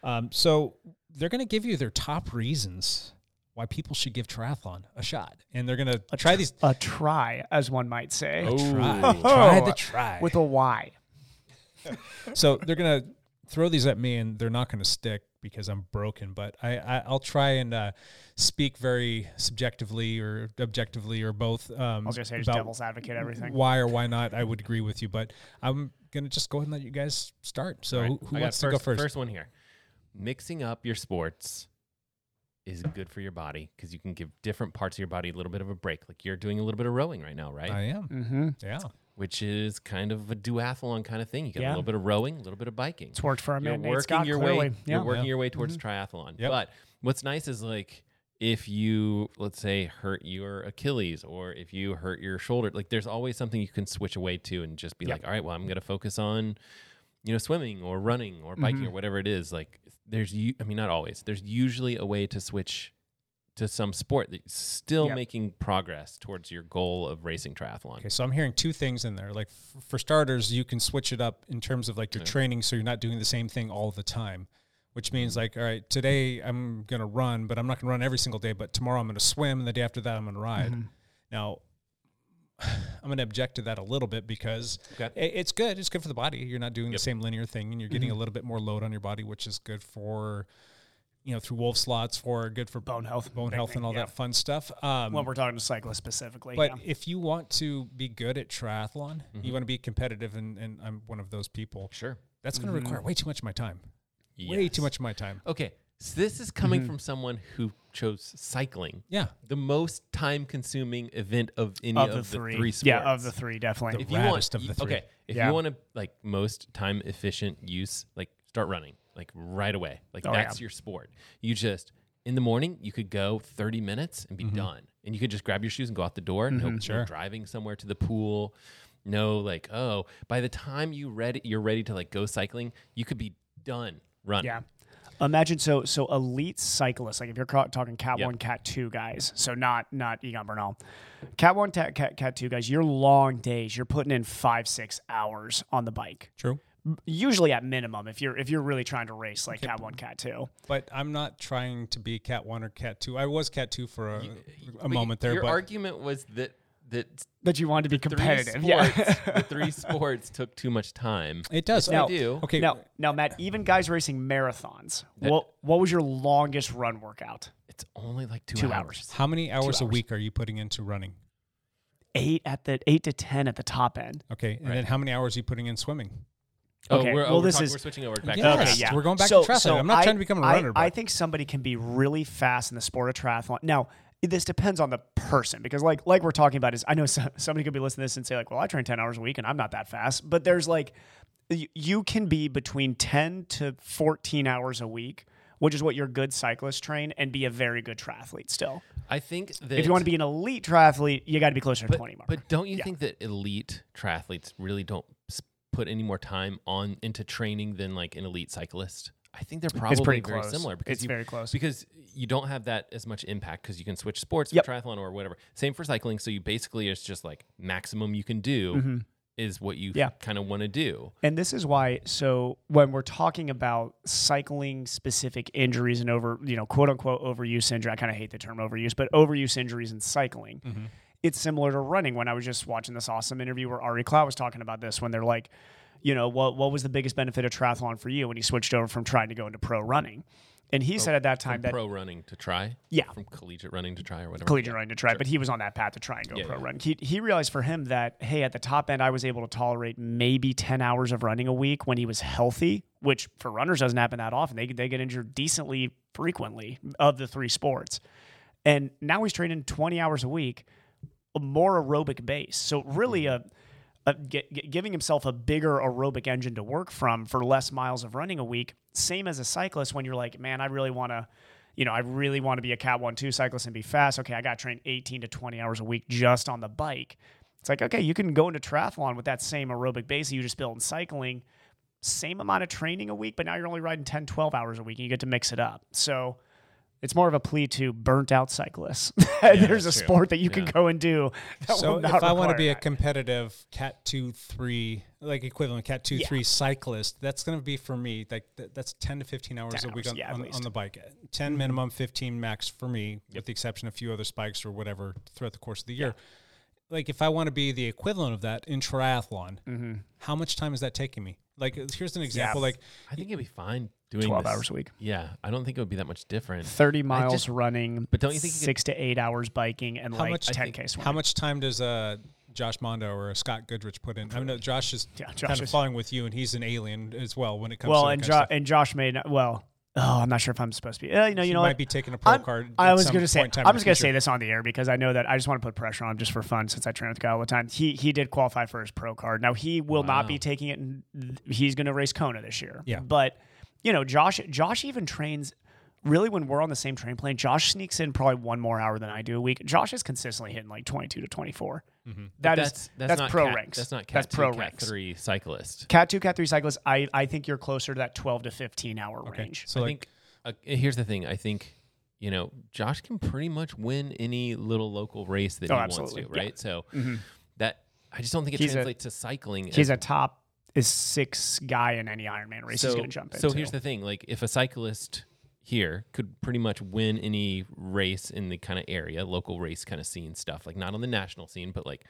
Um, so they're gonna give you their top reasons why people should give triathlon a shot, and they're gonna try these.
a try, as one might say,
Try, try
Oh.
the try
with a Y.
so they're gonna throw these at me and they're not gonna stick because I'm broken. But I, I I'll try and uh, speak very subjectively or objectively or both. Um,
I was gonna say, just
about
devil's advocate, everything.
why or why not? I would agree with you, but I'm gonna just go ahead and let you guys start. So
All right,
who, who
I got
wants to go first?
First one here. Mixing up your sports is good for your body because you can give different parts of your body a little bit of a break. Like you're doing a little bit of rowing right now, right?
I am.
Mm-hmm.
Yeah.
Which is kind of a duathlon kind of thing. You get
Yeah.
a little bit of rowing, a little bit of biking.
It's worked for a
you're
man
working
named Scott.
your
clearly,
way.
yeah.
You're working
Yeah.
your way towards triathlon.
Yep.
But what's nice is like if you let's say hurt your Achilles or if you hurt your shoulder, like there's always something you can switch away to and just be like, all right, well, I'm gonna focus on you know swimming or running or biking or whatever it is. Like there's you, I mean, not always. There's usually a way to switch to some sport that's still
Yep.
making progress towards your goal of racing triathlon.
Okay, so I'm hearing two things in there. Like f- for starters, you can switch it up in terms of like your training, so you're not doing the same thing all the time. Which
Mm-hmm.
means like, all right, today I'm gonna run, but I'm not gonna run every single day. But tomorrow I'm gonna swim, and the day after that I'm gonna ride.
Mm-hmm.
Now, I'm gonna object to that a little bit because
Okay.
i- it's good. It's good for the body. You're not doing the same linear thing, and you're getting
Mm-hmm.
a little bit more load on your body, which is good for, you know, through wolf slots for good for
Bone health.
bone
Big
health,
thing,
and all
yeah.
that fun stuff. Um,
When we're talking to cyclists specifically,
but
yeah.
if you want to be good at triathlon, you want to be competitive, and, and I'm one of those people.
Sure.
That's going to require way too much of my time. Way too
Yes. Mm-hmm.
much of my time.
Okay. So this is coming from someone who chose cycling.
Yeah.
the most time consuming event of any
of
of,
the
three.
three,
sports.
yeah, of the three, definitely.
If you
Raddest
want,
of the
you-
three.
okay, if
Yeah.
you want to like most time efficient use, like start running like right away. Like
Oh, yeah.
that's your sport. You just in the morning you could go 30 minutes and be
Mm-hmm.
done. And you could just grab your shoes and go out the door. No, no driving somewhere to the pool. No like, oh, by the time you read you're ready to like go cycling, you could be done running.
Yeah. Imagine so so elite cyclists like if you're ca- talking cat
Yep.
one cat two guys so not not Egon Bernal, cat one cat, cat cat two guys your long days you're putting in five six hours on the bike
True.
usually at minimum if you're if you're really trying to race like cat one cat two
But I'm not trying to be cat one or cat two. I was cat two for a, a moment there,
Your
but
argument was that that
that you wanted to be
three
competitive
sports,
yeah
the three sports took too much time.
it does.
Now- they do.
Okay.
now now Matt even guys racing marathons what what was your longest run workout
It's only like two,
Two
hours.
How many hours, a
hours.
week are you putting into running?
eight at the eight to ten at the top end
Okay. And then how many hours are you putting in swimming?
Oh,
Okay,
we're, oh,
well,
we're
this
talking-
is-
we're switching over back.
Yes.
to
Okay,
track.
yeah.
We're going back to triathlon. I'm not trying to become a runner, but-
I think somebody can be really fast in the sport of triathlon. Now, this depends on the person because, like, like we're talking about, is I know some, somebody could be listening to this and say, like, well, I train 10 hours a week and I'm not that fast. But there's like, y- you can be between 10 to 14 hours a week, which is what your good cyclists train, and be a very good triathlete still.
I think that
If you want to be an elite triathlete, you got to be closer to
but,
20 mark.
but don't you think that elite triathletes really don't s- put any more time on into training than like an elite cyclist? I think they're probably
pretty
very
close.
similar because
It's
you,
very close.
because you don't have that as much impact because you can switch sports
Yep.
for triathlon or whatever. Same for cycling, so you basically it's just like maximum you can do is what you
Mm-hmm. Yeah.
kind of want to do.
And this is why. So when we're talking about cycling specific injuries and over, you know, quote unquote overuse injury, I kind of hate the term overuse, but overuse injuries in cycling, it's similar to running. When I was just watching this awesome interview where Ari Clow was talking about this, when they're like, you know, what what was the biggest benefit of triathlon for you when you switched over from trying to go into pro running? And he said at that time that
pro running to try,
Yeah.
from collegiate running to try or whatever.
collegiate running to try, but he was on that path to try and go pro
yeah.
run. He, he realized for him that, hey, at the top end, I was able to tolerate maybe 10 hours of running a week when he was healthy, which for runners doesn't happen that often. They, they get injured decently frequently of the three sports. And now he's training 20 hours a week, a more aerobic base. So, really,
Mm-hmm.
a, a, gi- gi- giving himself a bigger aerobic engine to work from for less miles of running a week. Same as a cyclist when you're like, man, I really want to, you know, I really want to be a Cat 1 2 cyclist and be fast. Okay, I got to train 18 to 20 hours a week just on the bike. It's like, okay, you can go into triathlon with that same aerobic base that you just built in cycling, same amount of training a week, but now you're only riding 10, 12 hours a week and you get to mix it up. So, it's more of a plea to burnt out cyclists. There's a
that's true.
sport that you can
Yeah.
go and do. That
So
will
if
not
I want to
require
be a
that.
competitive Cat two three like equivalent Cat two
Yeah.
three cyclist, that's going to be for me like th- that's ten to fifteen hours
10
a week
hours,
on,
yeah, at
on,
least. Mm-hmm.
on the bike. 10 minimum, fifteen max for me, with the exception of a few other spikes or whatever throughout the course of the year. Like if I want to be the equivalent of that in triathlon,
Mm-hmm.
how much time is that taking me? Like uh, here's an example. Like
I think it'd be fine doing
12
this.
hours a week.
Yeah, I don't think it would be that much different.
30 miles
just-
running,
but don't you think you could-
six to eight hours biking and like
much- I
10
think-
k swimming?
How much time does uh, Josh Mondo or Scott Goodrich put in? I know Josh is
Yeah, Josh
kind of
is-
following with you, and he's an alien as well when it comes.
Well,
to that kind
and
of
jo-
stuff.
and Josh may not. Well, oh, I'm not sure if I'm supposed to be. Uh, you know, you
He
know,
might
what?
be taking a pro
I'm-
card
I
at
was
some
going to say,
point in time in
I'm
the
just going to say
future.
this on the air because I know that I just want to put pressure on him just for fun since I train with the guy all the time. He he did qualify for his pro card. Now he will not be taking it. in- He's going to race Kona this year.
Yeah.
but you know, Josh Josh even trains. Really, when we're on the same train plane, Josh sneaks in probably one more hour than I do a week. Josh is consistently hitting like 22 to 24. That is-
that's that's, not
pro
cat,
ranks.
That's not cat
that's
two,
pro
cat
ranks.
three cyclist.
Cat two, cat three cyclists. I I think you're closer to that 12 to 15 hour range.
So
I
like,
think uh, here's the thing. I think you know Josh can pretty much win any little local race that
Oh,
he
absolutely.
wants
Yeah. Mm-hmm.
to, right? So that I just don't think it
He's a-
translates to cycling.
He's
as
a top is six guy in any Ironman race. he's going to jump in.
So here's the thing: like, if a cyclist here could pretty much win any race in the kind of area, local race kind of scene stuff, like not on the national scene, but like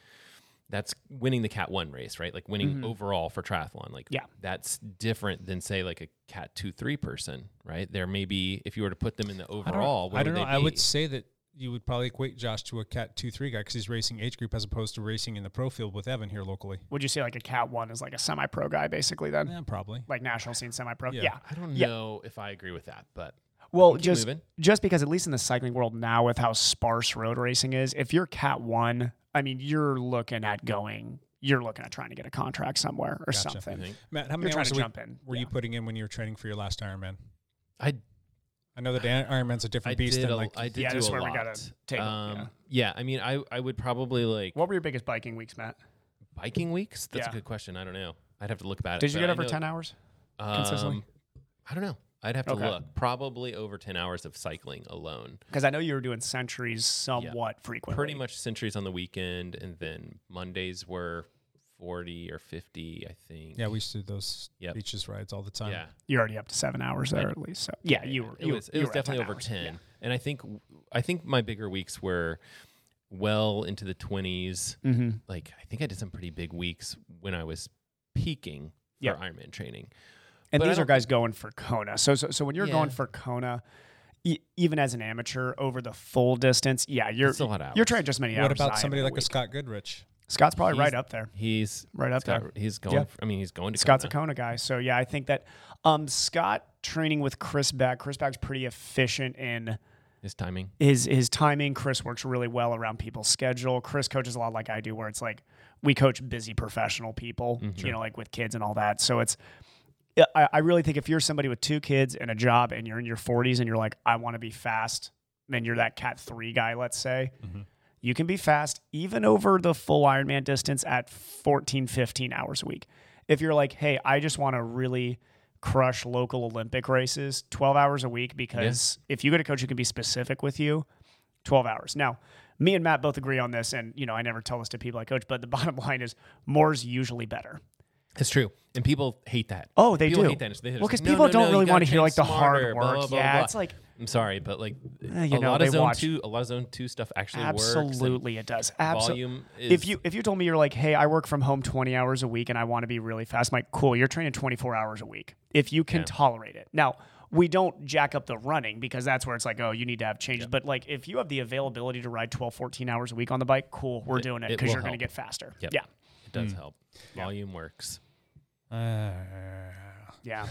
that's winning the Cat One race, right? Like winning overall for triathlon. Like,
Mm-hmm. Yeah.
that's different than say like a Cat Two Three person, right? There may be if you were to put them in the
I don't,
overall, what
I don't
would
know.
They
I would
be?
say that you would probably equate Josh to a cat two three guy because he's racing age group as opposed to racing in the pro field with Evan here locally.
would you say like a cat one is like a semi pro guy basically
Um,
then?
Yeah, probably.
Like national scene semi pro? Yeah.
Yeah.
I don't
Yeah.
know if I agree with that, but
Well,
keep
just
moving.
just because at least in the cycling world now with how sparse road racing is, if you're cat one, I mean you're looking at going you're looking at trying to get a contract somewhere or something.
think?
Matt, how many
trying
hours
to
a week
jump in,
were
yeah.
you putting in when you were training for your last Ironman?
I
I know that the Ironman's a different
I
beast
did,
than
a,
like
I did
Yeah,
do
this is
a
where we
lot.
gotta take it,
um, yeah. I mean, I I would probably like
What were your biggest biking weeks, Matt?
biking weeks? That's
Yeah.
a good question. I don't know. I'd have to look about it.
Did you
but
get
I
over
know-
ten hours?
um,
consistently?
I don't know. I'd have to
Okay.
look. Probably over 10 hours of cycling alone.
Because I know you were doing centuries somewhat frequently.
Pretty much centuries on the weekend. And then Mondays were 40 or 50, I think.
yeah, we used to do those
Yep.
beaches rides all the time.
Yeah.
You're already up to seven hours there at least. So yeah, you were.
It
you,
was, it
you
was
were at
definitely
10
over
hours.
10. And I think, I think my bigger weeks were well into the 20s.
Mm-hmm.
Like, I think I did some pretty big weeks when I was peaking for
Yeah.
Ironman training.
And
But I
these are
don't
guys going for Kona. So so, so when you're going
Yeah.
for Kona, e- even as an amateur over the full distance, yeah, you're
It's a lot of
you're
hours.
training just many
What
hours. as I
about
am
somebody
in a
like a
week.
Scott Goodrich?
Scott's probably
He's-
right up there.
He's
Right up
Scott-
there.
He's going.
Yeah.
for- I mean, he's going to
Scott's
Kona.
a Kona guy, so yeah, I think that um, Scott training with Chris Beck. Chris Beck's pretty efficient in
His timing.
his his timing. Chris works really well around people's schedule. Chris coaches a lot like I do, where it's like we coach busy professional people, you know, like with kids and all that. So it's yeah, I, I really think if you're somebody with two kids and a job and you're in your 40s and you're like, I want to be fast, then you're that cat three guy, let's say. You can be fast even over the full Ironman distance at 14, 15 hours a week. If you're like, hey, I just want to really crush local Olympic races 12 hours a week because if you get a coach who can be specific with you, 12 hours. Now, me and Matt both agree on this, and you know, I never tell this to people I coach, but the bottom line is more's usually better.
It's true, and people hate that.
Oh, they
people
do.
Hate that. They-
Well, 'cause
no,
people
no,
don't
no, you
really
gotta
wanna hear,
train
like, the hard
smarter,
work.
blah, blah,
Yeah,
blah.
it's like- Eh,
I'm sorry, but like
you
a
know,
lot
they
of zone
watch-
two, a lot of zone two stuff actually works. and
Absolutely, it does. Absolutely.
volume
If
is-
you if you told me you're like, hey, I work from home 20 hours a week and I want to be really fast, I'm like, cool, you're training 24 hours a week if you can tolerate it. Now we don't jack up the running because that's where it's like, oh, you need to have changes. But like, if you have the availability to ride 12, 14 hours a week on the bike, cool, we're doing it
it
because
will
you're going to get
help.
faster.
Yep.
Yeah, Mm.
It does help. Volume works.
Uh,
yeah.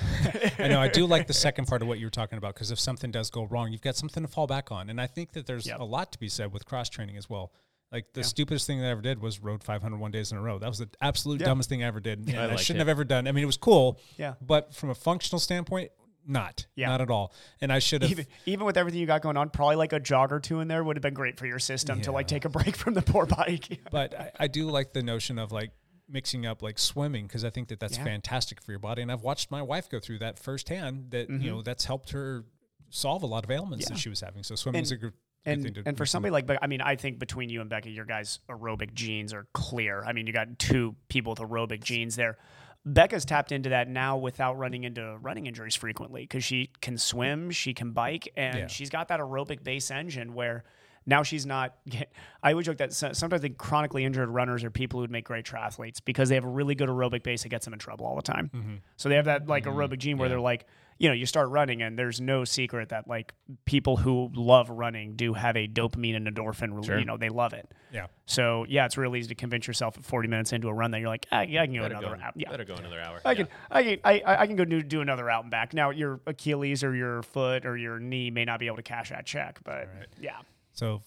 I know. I do like the second part of what you were talking about because if something does go wrong, you've got something to fall back on. And I think that there's
Yep.
a lot to be said with cross training as well. Like the stupidest thing that I ever did was rode 501 days in a row. That was the absolute dumbest thing I ever did. And I,
liked
shouldn't
it.
have ever done. I mean, it was cool.
Yeah.
But from a functional standpoint, not.
Yeah.
Not at all. And I should have.
even, even with everything you got going on, probably like a jog or two in there would have been great for your system to like take a break from the poor bike.
but I, I do like the notion of like mixing up like swimming because I think that that's
Yeah.
fantastic for your body. And I've watched my wife go through that firsthand. That
Mm-hmm.
you know that's helped her solve a lot of ailments that she was having. So swimming's
And-
a good, good thing
and
to
and for
mix them
somebody like, Be- I mean, I think between you and Becca, your guys' aerobic genes are clear. I mean, you got two people with aerobic genes there. Becca's tapped into that now without running into running injuries frequently because she can swim, she can bike, and
Yeah.
she's got that aerobic base engine where now she's not. Get, I would joke that so- sometimes the chronically injured runners are people who'd make great triathletes because they have a really good aerobic base that gets them in trouble all the time.
Mm-hmm.
So they have that like aerobic gene where they're like, you know, you start running and there's no secret that like people who love running do have a dopamine and endorphin. Re- You know, they love it.
Yeah.
So yeah, it's really easy to convince yourself at 40 minutes into a run that you're like, ah, yeah, I can go
Better go,
another hour. Yeah.
better go another hour.
I
Yeah.
can, I can, I, I I can go do, do another out and back. Now your Achilles or your foot or your knee may not be able to cash that check, but yeah,
So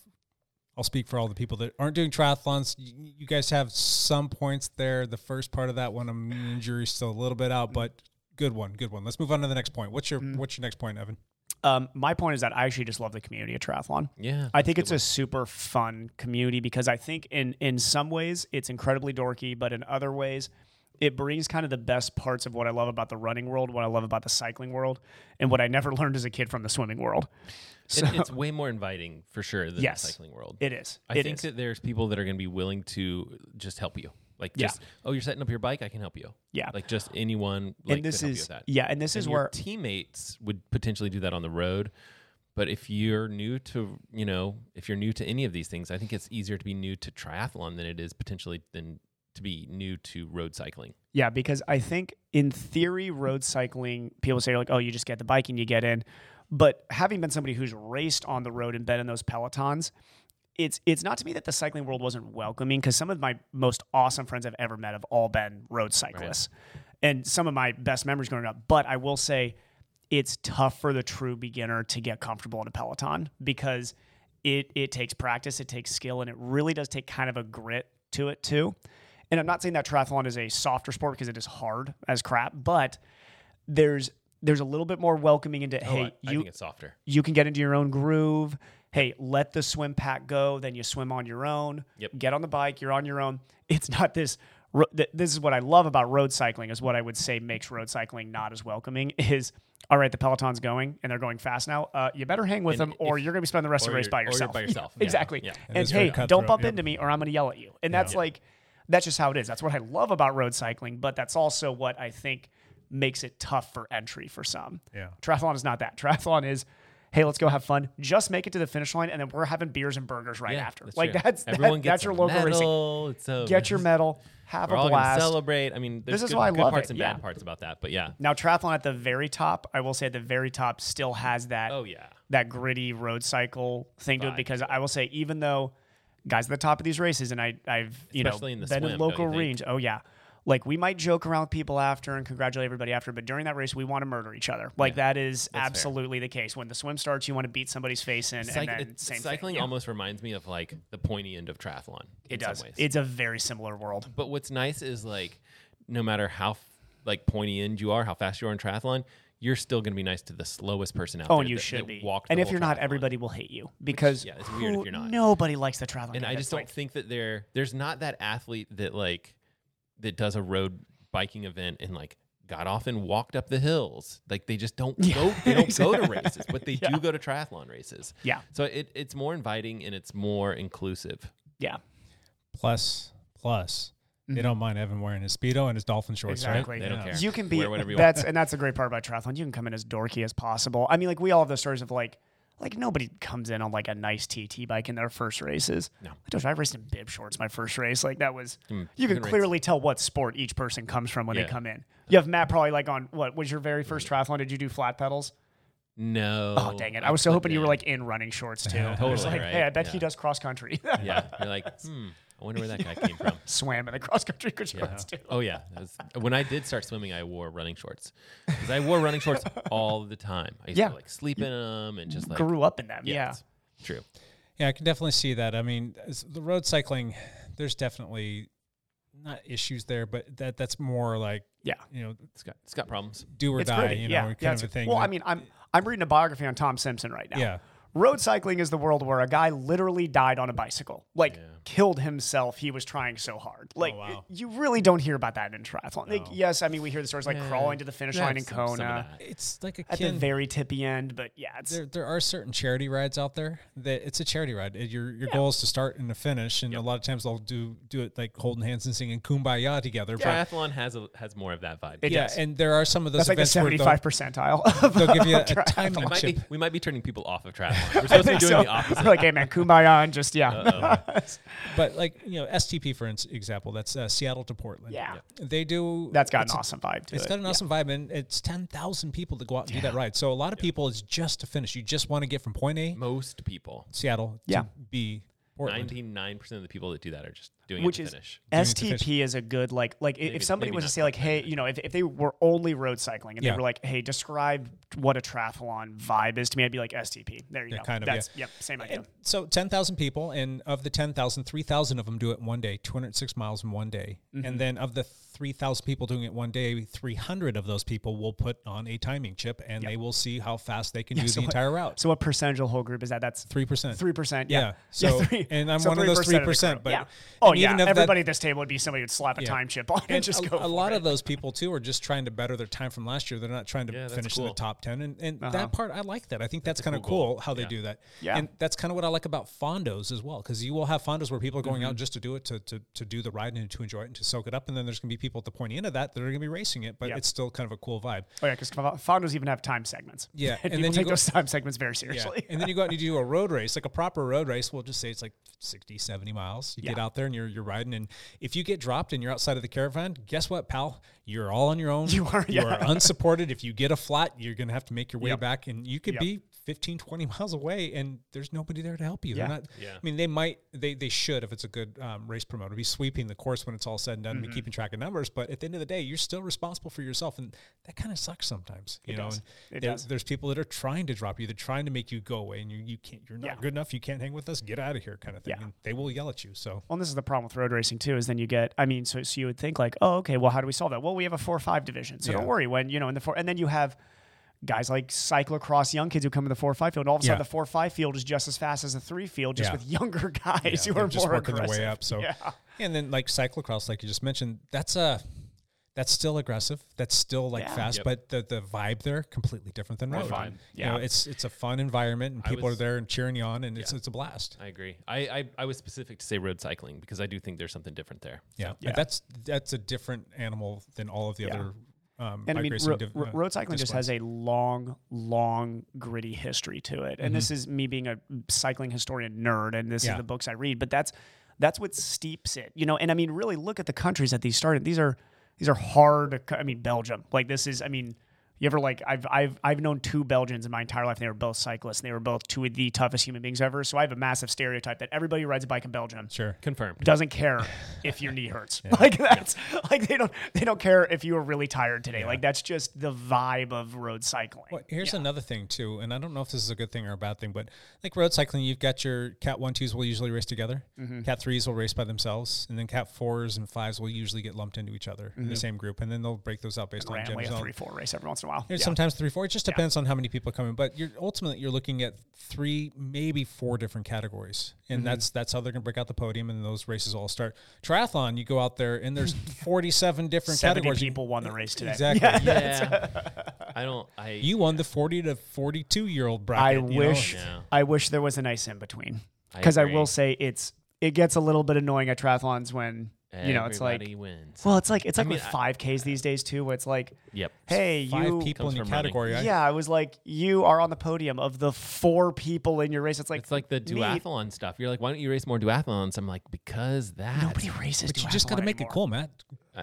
I'll speak for all the people that aren't doing triathlons. Y- You guys have some points there. The first part of that one, I'm injury still a little bit out, but good one, good one. Let's move on to the next point. What's your
Mm.
What's your next point, Evan?
Um, my point is that I actually just love the community of triathlon.
Yeah,
I think it's a super fun community because I think in in some ways it's incredibly dorky, but in other ways it brings kind of the best parts of what I love about the running world, what I love about the cycling world, and what I never learned as a kid from the swimming world.
It- it's way more inviting for sure than
Yes.
the cycling world.
It is.
I
It
think
is.
that there's people that are going to be willing to just help you. Like,
Yeah.
just oh, you're setting up your bike, I can help you.
Yeah.
like just anyone. Like,
and this
could help you
is
with that.
yeah, and this
And
is
your
where
teammates would potentially do that on the road. But if you're new to, you know, if you're new to any of these things, I think it's easier to be new to triathlon than it is potentially than to be new to road cycling.
Yeah, because I think in theory, road cycling, people say like, oh, you just get the bike and you get in. But having been somebody who's raced on the road and been in those pelotons, it's it's not to me that the cycling world wasn't welcoming because some of my most awesome friends I've ever met have all been road cyclists, and some of my best memories growing up. But I will say, it's tough for the true beginner to get comfortable in a peloton because it it takes practice, it takes skill, and it really does take kind of a grit to it too. And I'm not saying that triathlon is a softer sport because it is hard as crap, but there's there's a little bit more welcoming into
Oh,
hey
I, I
you
think it's softer.
you can get into your own groove. Hey, let the swim pack go. Then you swim on your own.
Yep.
Get on the bike. You're on your own. It's not this. ro- th- This is what I love about road cycling. Is what I would say makes road cycling not as welcoming. Is all right. The peloton's going and they're going fast now. Uh, you better hang with
And
them, or
if-
you're going to be spending the rest of
or
the race
you're-
by
or you're
yourself.
by yourself.
Yeah,
Yeah.
exactly.
Yeah.
And
And
it's very
hey, don't
cutthroat,
bump
yeah.
into me, or I'm going to yell at you. And that's like that's just how it is. That's what I love about road cycling. But that's also what I think makes it tough for entry for some.
Yeah.
Triathlon is not that. Triathlon is, hey, let's go have fun. Just make it to the finish line, and then we're having beers and burgers right
Yeah,
after. like
true.
that's
everyone
that,
gets
that's your local racing.
racing. So
Get your medal. Have
We're
a
all gonna
blast.
celebrate. I mean, there's
This is
good,
why I
good
love
parts
it,
and
yeah.
bad parts about that. But yeah.
Now triathlon at the very top, I will say at the very top still has that
Oh yeah.
that gritty road cycle thing to it
Vibe
because I will say even though guys at the top of these races and I I've you
Especially
know
in the
been
swim,
in
don't
local
you think?
range oh yeah like we might joke around with people after and congratulate everybody after but during that race we want to murder each other like that is absolutely the case when the swim starts you want to beat somebody's face in
Cyc-
and then
it-
same
cycling
thing. Yeah.
almost reminds me of like the pointy end of triathlon.
it
in
does
Some ways.
it's a very similar world
but what's nice is like no matter how f- like pointy end you are, how fast you are in triathlon, you're still gonna be nice to the slowest person out
oh
there.
and you
that-
should
that
be
walked the
and if
whole
you're not
triathlon.
everybody will hate you because
yeah, it's weird if
who-
you're not.
nobody likes the traveling
And I
guy.
just
That's
don't
like-
think that there there's not that athlete that like that does a road biking event and like got off and walked up the hills. Like they just don't go. They don't go to races, but they do go to triathlon races.
Yeah.
So it, it's more inviting and it's more inclusive.
Yeah.
Plus, plus, they don't mind Evan wearing his speedo and his dolphin shorts,
Mm-hmm. Exactly.
right?
They don't care.
You can be
Wear whatever you
that's and that's a great part about triathlon. You can come in as dorky as possible. I mean, like we all have those stories of like like nobody comes in on like a nice TT bike in their first races. No, I don't. I raced in bib shorts my first race. Like that was you can
Mm, race.
clearly tell what sport each person comes from when
Yeah. Mm.
they come in. You have Matt probably like on what was your very first triathlon? Did you do flat pedals?
No.
Oh dang it! I was so hoping you were like in running shorts too. It was
Totally,
like,
right?
Hey, I bet he
Yeah.
does cross country.
Yeah. You're like, hmm. I wonder where that guy came from.
Swam in the cross country shorts too.
Oh yeah. That was- when I did start swimming, I wore running shorts because I wore running shorts all the time. I used
Yeah.
to like sleep in them and just like
Grew up in them. yeah.
it's True.
Yeah, I can definitely see that. I mean, as the road cycling, there's definitely not issues there, but that that's more like
Yeah.
you know,
It's got it's got problems.
do or
It's
die,
pretty,
you know,
yeah,
kind
yeah,
of a
it's-
thing.
Well, I
Like,
mean, I'm I'm reading a biography on Tom Simpson right now.
Yeah.
Road cycling is the world where a guy literally died on a bicycle, like killed himself. He was trying so hard. Like
Oh, wow.
you really don't hear about that in triathlon. Like yes, I mean we hear the stories like crawling to the finish line in
Some- some of
Kona
that.
it's like a
at the
kid.
very tippy end, but yeah, it's
There, there are certain charity rides out there that it's a charity ride. It- Your your goal is to start and to finish, and a lot of times they'll do do it like holding hands and singing "Kumbaya" together. but-
Triathlon has a has more of that vibe.
It
yeah,
does.
and there are some of those
that's like the
events
seventy
where
five percentile. Of,
they'll, they'll give you a,
triathlon.
time
It might
chip.
be, we might be turning people off of triathlon. We're supposed to be doing the opposite.
like hey man, kumbaya and just yeah,
But like you know, STP for ins- example, that's uh, Seattle to Portland.
Yeah.
they do.
that's got
it's
an
a-
awesome vibe to
It's
it.
got an awesome vibe, and it's ten thousand people to go out and do that ride. So a lot of people it's just to finish. You just want to get from point A,
Most people,
Seattle,
Yeah.
to B, Portland.
ninety nine percent of the people that do that are just doing
which
it to
is
finish.
STP is a good like like i- if somebody
maybe
was to
not
say like hey you know if, if they were only road cycling and
Yeah.
they were like hey describe what a triathlon vibe is to me I'd be like STP there you
Yeah,
go
kind of, yeah.
that's yep same idea
So 10,000 people, and of the 10,000, 3,000 of them do it in one day, 206 miles in one day.
Mm-hmm.
And then of the 3,000 people doing it one day, 300 of those people will put on a timing chip and they will see how fast they can do the entire route.
so what percentage of the whole group is that that's
3%.
three percent
Yeah.
yeah,
So,
three-
and I'm
so
one of those 3%.
3% of the group.
but
yeah. oh
and
yeah
even of that-
everybody at this table would be somebody who'd slap a time chip on and,
and
just
a,
go
a lot of those people too are just trying to better their time from last year. They're not trying to
that's
finish in the
cool.
top ten, and, and
Uh-huh.
that part I like that. I think that's, kind of cool, how they do that.
Yeah.
and that's kind of what I like about fondos as well, because you will have fondos where people are going
Mm-hmm.
out just to do it, to, to to do the ride and to enjoy it and to soak it up, and then there's going to be people at the pointy end of that that are going to be racing it, but
Yeah.
it's still kind of a cool vibe.
oh yeah because fondos even have time segments
Yeah, and
and, people
then you
take
go-
those time segments very
Yeah.
seriously
and then you go out and you do a road race, like a proper road race. We'll just say it's like 60, 70 miles. You get
Yeah.
out there and you're you're riding. And if you get dropped and you're outside of the caravan, guess what, pal? You're all on your own.
You are,
You
yeah.
are unsupported. If you get a flat, you're going to have to make your way
Yep.
back. And you could
Yep.
be 15, 20 miles away and there's nobody there to help you. They're
Yeah.
not, I mean, they might, they, they should, if it's a good um, race promoter, be sweeping the course when it's all said and done and be
Mm-hmm.
keeping track of numbers. But at the end of the day, you're still responsible for yourself. And that kind of sucks sometimes, you know,
does.
and
It
there-
does.
there's people that are trying to drop you. They're trying to make you go away, and you you can't. You're not
Yeah.
good enough. You can't hang with us. Get out of here, kind of thing.
Yeah.
And they will yell at you. So
Well, and this is the problem with road racing too, is then you get, I mean, so, so you would think like, oh, okay, well, how do we solve that? Well, we have a four five division. So
Yeah.
don't worry when, you know, in the four, and then you have guys like cyclocross young kids who come in the four five field. And all of a sudden
Yeah.
the four five field is just as fast as the three field, just
Yeah.
with younger guys
yeah,
who
they're
are
just
more
working
aggressive.
their way up. So
yeah.
and then like cyclocross, like you just mentioned, that's a that's still aggressive. That's still like
Yeah.
fast, but the the vibe there completely different than road.
fun.
Yeah, you know,
Yeah.
it's it's a fun environment, and people
was-
are there and cheering you on, and it's it's a blast.
I agree. I, I I was specific to say road cycling because I do think there's something different there.
Yeah, But that's that's a different animal than all of the other. Um,
And I
bike
mean,
racing
ro-
div-
ro-
uh,
road cycling just
disciplines.
has a long, long, gritty history to it. And this is me being a cycling historian nerd, and this
Mm-hmm. Yeah.
is the books I read. But that's that's what steeps it, you know. And I mean, really, look at the countries that these started. These are these are hard. co- I mean, Belgium. Like this is. I mean, you ever like I've I've I've known two Belgians in my entire life. And they were both cyclists, and they were both two of the toughest human beings ever. So I have a massive stereotype that everybody who rides a bike in Belgium
sure.
Confirmed.
doesn't care if your knee hurts. Like that's like they don't they don't care if you were really tired today. Like that's just the vibe of road cycling.
Well, here's another thing too, and I don't know if this is a good thing or a bad thing, but like road cycling, you've got your Cat One Twos will usually race together,
Mm-hmm.
Cat Threes will race by themselves, and then Cat
Mm-hmm.
Fours and Fives will usually get lumped into each other in the same group, and then they'll break those out based on
Randomly
genders.
a
and all-
three four race every once in in a while.
And
Yeah.
Sometimes three, four. It just depends on how many people come in. But you're ultimately you're looking at three, maybe four different categories, and
Mm-hmm.
that's that's how they're going to break out the podium, and those races all start. Triathlon, you go out there, and there's 47 different
70
categories.
people won the race today.
Exactly. You-
Yeah. I don't. I
You won the 40 to 42 year old bracket.
I
you know?
wish
Yeah.
I wish there was a nice in between
I
because I,
agree.
will say it's it gets a little bit annoying at triathlons when you know it's like
Everybody wins.
well it's like it's like
mean,
with
I-
five Ks these days too where it's like
Yep.
hey
five
you
people
Comes
in your
from running.
category. I-
yeah I was like you are on the podium of the four people in your race it's like
It's like the duathlon stuff. You're like, why don't you race more duathlons? I'm like, because that
nobody races
But you just got to
triathlon
make it
anymore.
cool, Matt.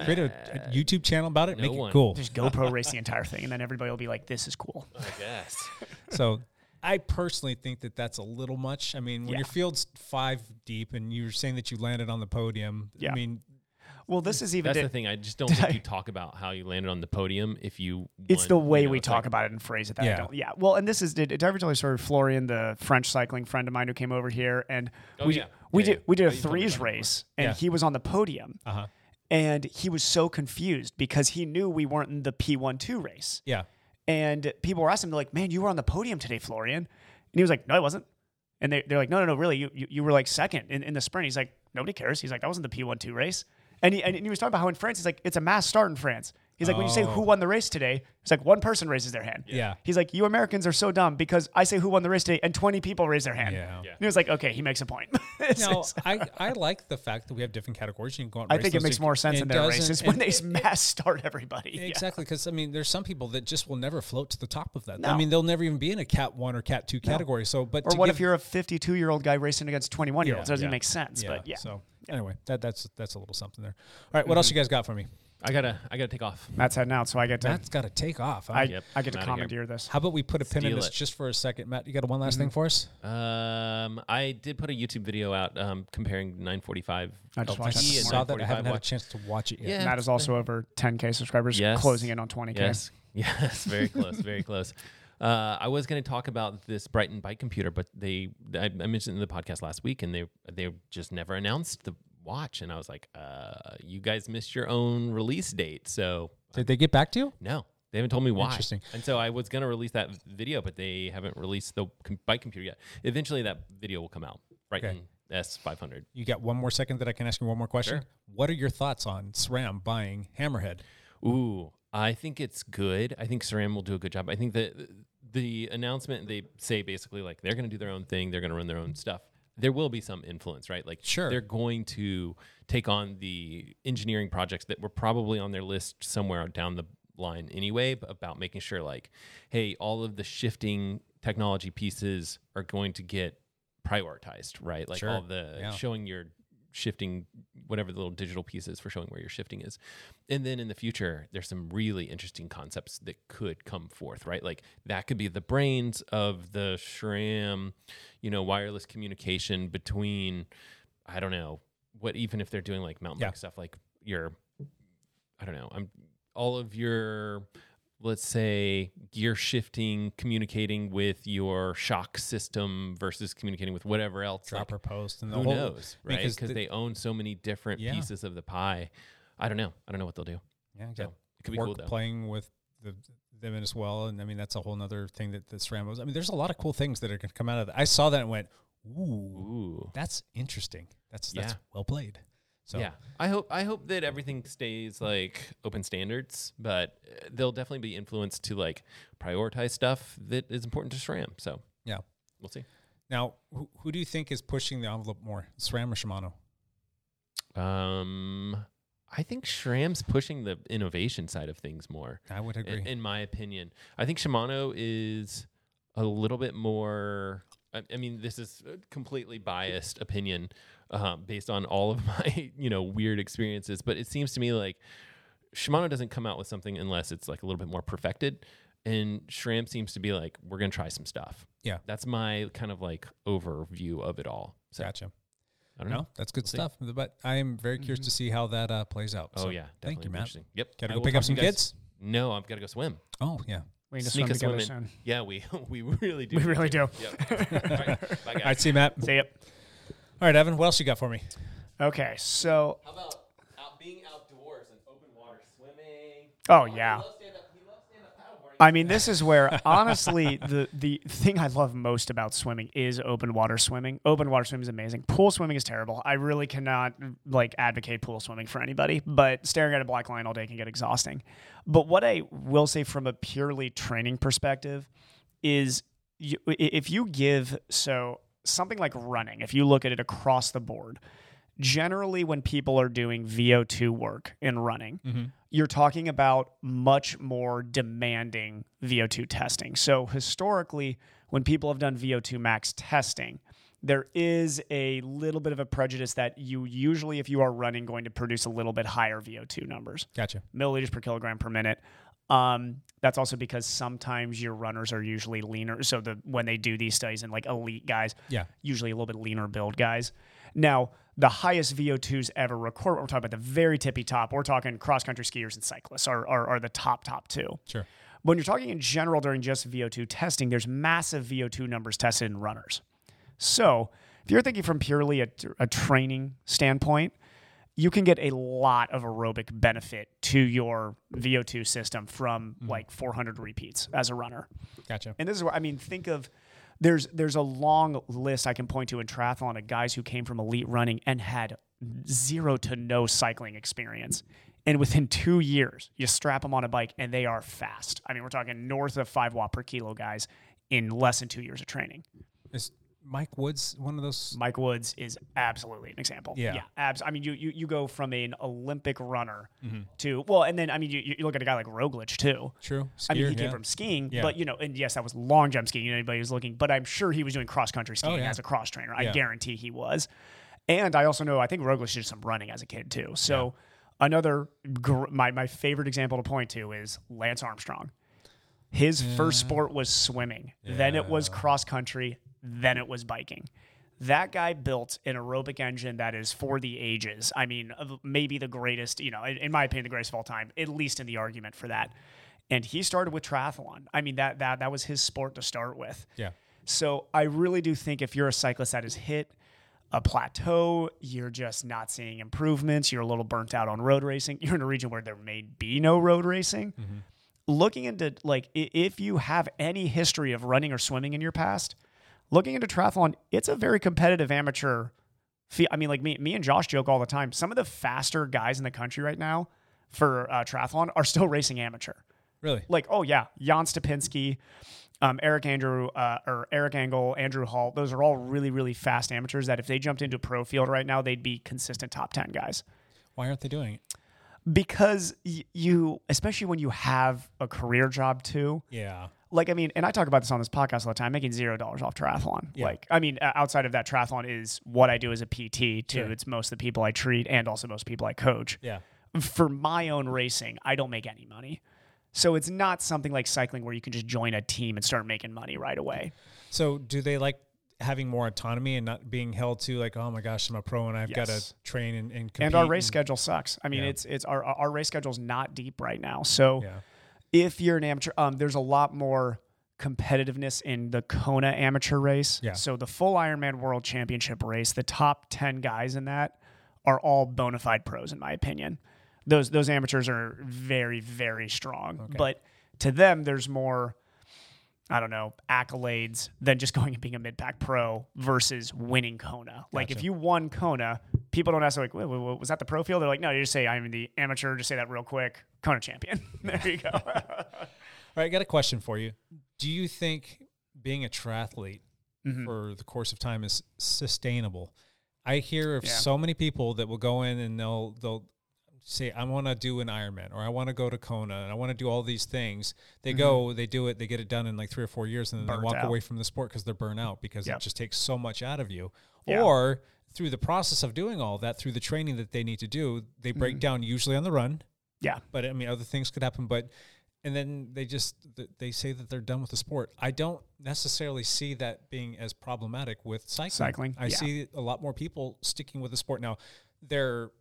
Create a, a YouTube channel about it.
no
make
one.
it cool.
just GoPro race the entire thing and then everybody will be like this is cool
I guess.
So I personally think that that's a little much. I mean, when
Yeah.
your field's five deep and you're saying that you landed on the podium,
Yeah.
I mean,
well this is even
That's
di-
the thing. I just don't think you talk about how you landed on the podium if you.
It's
won,
the
you
way
know,
we
it's
talk
like-
about it and phrase it that I
Yeah.
don't. Yeah. Well, and this is did, did I ever tell you the story of Florian, the French cycling friend of mine who came over here, and
Oh,
we
yeah.
we
Yeah,
did
yeah.
we did a
Yeah, you told me
threes
about it before.
race, and
Yeah.
he was on the podium,
uh-huh.
and he was so confused because he knew we weren't in the P one two race,
yeah.
and people were asking him they're like, "Man, you were on the podium today, Florian," and he was like, "No, I wasn't," and they they're like, "No, no, no, really, you you, you were like second in, in the sprint." He's like, "Nobody cares." He's like, "That wasn't the P one two race," and he and he was talking about how in France, he's like, "It's a mass start in France." He's like, "When you say who won the race today," it's like one person raises their hand.
Oh. Yeah.
He's like, "You Americans are so dumb because I say who won the race today, and twenty people raise their hand."
Yeah. Yeah.
And he was like, "Okay, he makes a point." It's-
Now,
it's-
I, I like the fact that we have different categories. You can go out and
I
race
think it
those.
makes more sense
It
in their
doesn't-
races
it-
when they mass start everybody. Yeah.
Exactly, because I mean, there's some people that just will never float to the top of that.
No.
I mean, they'll never even be in a Cat One or Cat Two category. So, but
Or
to
what
give-
if you're a 52 year old guy racing against 21 year olds?
Yeah,
Doesn't
yeah. Mm-hmm.
make sense, but yeah.
So anyway, that that's that's a little something there. All right, what else you guys got for me?
I gotta. I gotta take off.
Matt's heading out, so I get to
Matt's got to take off. huh?
I,
Yep,
I get to
I'm outta here.
commandeer this.
How about we put a pin in
Steal
this
it. Mm-hmm.
just for a second, Matt? You got one last thing for us?
Um, I did put a YouTube video out um, comparing 945.
I just
LTE
watched that
E and
I
this morning.
saw that. I
945
haven't had a
watch.
chance to watch it yet.
Yeah.
Matt is also over 10k subscribers,
Yes.
closing in on 20k.
Yes, yes, very close, very close. Uh, I was going to talk about this Brighton bike computer, but they I, I mentioned it in the podcast last week, and they they just never announced the watch, and I was like, uh, you guys missed your own release date, so
Did they get back to you?
no. They haven't told me why.
Interesting.
And so I was going to release that video, but they haven't released the com- bike computer yet. Eventually, that video will come out. Brighton S500.
You got one more second that I can ask you one more question. What are your thoughts on SRAM buying Hammerhead?
Ooh, I think it's good. I think Saram will do a good job. I think that the announcement they say basically like they're going to do their own thing, they're going to run their own stuff. There will be some influence, right? Like
Sure.
they're going to take on the engineering projects that were probably on their list somewhere down the line anyway, but about making sure like hey, all of the shifting technology pieces are going to get prioritized, right? Like
Sure.
all the
Yeah.
showing your shifting whatever the little digital piece is for showing where your shifting is and then in the future there's some really interesting concepts that could come forth right like that could be the brains of the shram you know wireless communication between i don't know what even if they're doing like mountain
Yeah.
bike stuff like your i don't know i'm all of your let's say gear shifting communicating with your shock system versus communicating with whatever else like,
Dropper post and the
who
whole
knows, right?
because
Because
the-
they own so many different
Yeah.
pieces of the pie. I don't know. I don't know what they'll do.
Yeah, you
So
got
it could be
work
cool though.
playing with the, them as well. And I mean, that's a whole nother thing that the SRAM was. I mean, there's a lot of cool things that are going to come out of that. I saw that and went, ooh,
Ooh,
that's interesting. That's that's
Yeah.
well played. So
yeah. I hope I hope that everything stays like open standards, but uh, they'll definitely be influenced to like prioritize stuff that is important to SRAM. So
yeah.
we'll see.
Now, who, who do you think is pushing the envelope more, SRAM or Shimano?
Um, I think SRAM's pushing the innovation side of things more.
I would
in-
agree.
In, my opinion. I think Shimano is a little bit more. I, I mean, this is a completely biased opinion um, based on all of my you know weird experiences, but it seems to me like Shimano doesn't come out with something unless it's like a little bit more perfected. And SRAM seems to be like, we're gonna try some stuff.
Yeah.
That's my kind of like overview of it all. So
gotcha.
I don't know.
No, that's good
see.
stuff. But I am very curious to see how that uh, plays out.
Oh
So,
yeah, definitely
thank you,
be
Matt.
interesting. Yep.
Gotta
I
go
will
pick
talk
up
to
some
you guys-
kids.
No, I've got to go swim.
Oh yeah.
We need to
Sneak
swim
a swim
together
in.
soon.
Yeah, we we really do.
We really do.
Yep. All right, bye,
All right,
guys.
see you, Matt.
See ya.
All right, Evan, what else you got for me?
Okay, so
How about out, being outdoors and open water swimming?
oh yeah,
stand up. He loves stand up paddleboarding.
I mean, this is where honestly the the thing I love most about swimming is open water swimming. Open water swimming is amazing. Pool swimming is terrible. I really cannot like advocate pool swimming for anybody, but staring at a black line all day can get exhausting. But what I will say from a purely training perspective is you, i- if you give so something like running, if you look at it across the board, generally when people are doing VO2 work in running, you're talking about much more demanding VO2 testing. So historically, when people have done VO2 max testing, there is a little bit of a prejudice that you usually, if you are running, going to produce a little bit higher VO2 numbers
Gotcha.
milliliters per kilogram per minute. Um, that's also because sometimes your runners are usually leaner. So the when they do these studies and like elite guys,
Yeah.
usually a little bit leaner build guys. Now the highest VO2s ever recorded. We're talking about the very tippy top. We're talking cross country skiers and cyclists are, are are the top top two.
Sure.
When you're talking in general during just VO2 testing, there's massive VO2 numbers tested in runners. So if you're thinking from purely a, a training standpoint, you can get a lot of aerobic benefit to your VO2 system from like 400 repeats as a runner.
Gotcha.
Mm-hmm. And this is where I mean, think of there's there's a long list I can point to in triathlon of guys who came from elite running and had zero to no cycling experience. And within two years, you strap them on a bike and they are fast. I mean, we're talking north of five watt per kilo guys in less than two years of training.
Is Mike Woods one of those?
Mike Woods is absolutely an example.
Yeah.
abs- I mean, you, you you go from an Olympic runner
Mm-hmm.
to well, and then I mean, you, you look at a guy like Roglic too.
True.
I mean,
Skier,
he came
yeah.
from skiing,
Yeah.
but you know, and yes, that was long jump skiing. You know, anybody who's looking, but I'm sure he was doing cross country skiing
Oh, yeah.
as a cross trainer. I
Yeah.
guarantee he was. And I also know I think Roglic did some running as a kid too. So another gr- my my favorite example to point to is Lance Armstrong. His first sport was swimming, then it was cross country, then it was biking. That guy built an aerobic engine that is for the ages. I mean, of- maybe the greatest, you know, in, in my opinion, the greatest of all time, at least in the argument for that. And he started with triathlon. I mean, that that that was his sport to start with.
Yeah.
So I really do think if you're a cyclist that has hit a plateau, you're just not seeing improvements, you're a little burnt out on road racing, you're in a region where there may be no road racing. Looking into like i- if you have any history of running or swimming in your past, looking into triathlon, it's a very competitive amateur fe- I mean, like me, me and Josh joke all the time. Some of the faster guys in the country right now for uh, triathlon are still racing amateur
Really?
like oh yeah, Jan Stepinski, um, Eric Andrew uh, or Eric Angle, Andrew Hall. Those are all really really fast amateurs that if they jumped into pro field right now, they'd be consistent top ten guys
Why aren't they doing it?
because y- you, especially when you have a career job too.
Yeah.
Like I mean, and I talk about this on this podcast all the time, making zero dollars off triathlon. Like I mean, o- outside of that, triathlon is what I do as a PT too. It's most of the people I treat and also most people I coach
Yeah.
for my own racing, I don't make any money. So it's not something like cycling where you can just join a team and start making money right away.
So do they like having more autonomy and not being held to like, oh my gosh, I'm a pro and I've got
Yes.
to train and, and compete?
And our race schedule sucks. I mean,
Yeah.
it's it's our our race schedule's not deep right now. So
Yeah.
if you're an amateur, um, there's a lot more competitiveness in the Kona amateur race.
Yeah.
So the full Ironman World Championship race, the top ten guys in that are all bona fide pros, in my opinion. Those those amateurs are very very strong, but to them, there's more. I don't know, accolades than just going and being a mid pack pro versus winning Kona. Like if you won Kona, people don't ask like, wait, wait, wait, was that the pro field? They're like, no, you just say I'm the amateur. Just say that real quick. Kona champion. there you go.
All right, I got a question for you. Do you think being a triathlete
Mm-hmm.
for the course of time is sustainable? I hear of
Yeah.
so many people that will go in and they'll they'll say, I want to do an Ironman or I want to go to Kona and I want to do all these things. They go, they do it, they get it done in like three or four years, and then
Mm-hmm. Burnt
they walk
out.
away from the sport because they're burnt out because
Yep.
it just takes so much out of you.
Yeah.
Or through the process of doing all that, through the training that they need to do, they break down usually on the run
Mm-hmm. yeah.
but I mean, other things could happen. But and then they just th- they say that they're done with the sport. I don't necessarily see that being as problematic with cycling.
Cycling,
I
yeah.
see a lot more people sticking with the sport now. Their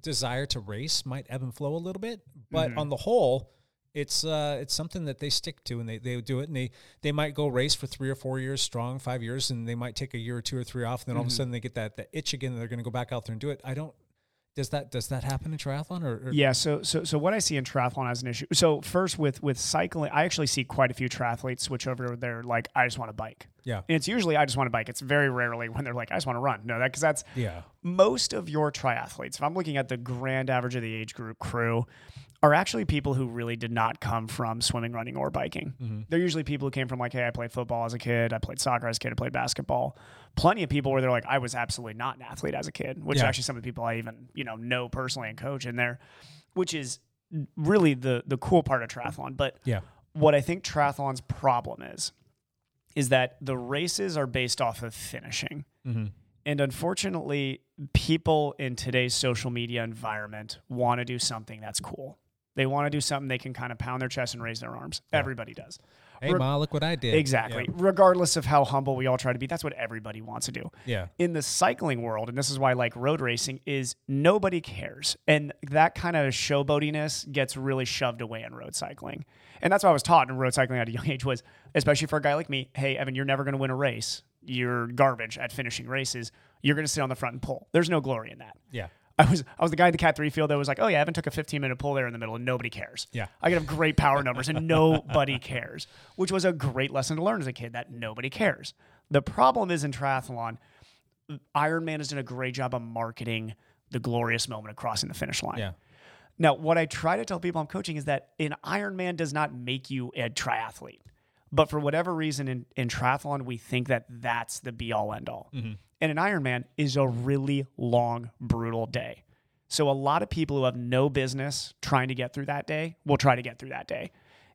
desire to race might ebb and flow a little bit, but
Mm-hmm.
on the whole. It's uh, it's something that they stick to and they, they do it and they, they might go race for three or four years strong, five
Mm-hmm.
years, and they might take a year or two or three off, and then all of a sudden they get that, that itch again and they're gonna go back out there and do it. I don't Does that does that happen in triathlon or, or
Yeah, so so so what I see in triathlon as an issue. So first with with cycling, I actually see quite a few triathletes switch over to their like I just want to bike.
Yeah.
And it's usually I just want to bike. It's very rarely when they're like I just want to run. No, that cuz that's
Yeah.
most of your triathletes, if I'm looking at the grand average of the age group crew, are actually people who really did not come from swimming, running, or biking.
Mm-hmm.
They're usually people who came from like, hey, I played football as a kid, I played soccer as a kid, I played basketball. Plenty of people where they're like, I was absolutely not an athlete as a kid, which
Yeah.
is actually some of the people I even you know know personally and coach in there, which is really the the cool part of triathlon. But
Yeah.
what I think triathlon's problem is, is that the races are based off of finishing. And unfortunately, people in today's social media environment want to do something that's cool. They want to do something they can kind of pound their chest and raise their arms. Everybody does.
Hey, Ma, look what I did.
Exactly. Regardless of how humble we all try to be, that's what everybody wants to do.
Yeah.
In the cycling world, and this is why I like road racing, is nobody cares. And that kind of showboatiness gets really shoved away in road cycling. And that's what I was taught in road cycling at a young age was, especially for a guy like me, hey, Evan, you're never going to win a race. You're garbage at finishing races. You're going to sit on the front and pull. There's no glory in that.
Yeah.
I was I was the guy in the Cat Three field that was like, oh yeah, Evan took a 15 minute pull there in the middle, and nobody cares.
Yeah.
I could have great power numbers, and nobody cares, which was a great lesson to learn as a kid that nobody cares. The problem is in triathlon, Ironman has done a great job of marketing the glorious moment of crossing the finish line.
Yeah.
Now, what I try to tell people I'm coaching is that an Ironman does not make you a triathlete. But for whatever reason in, in triathlon, we think that that's the be all end all. And an Ironman is a really long, brutal day. So a lot of people who have no business trying to get through that day will try to get through that day.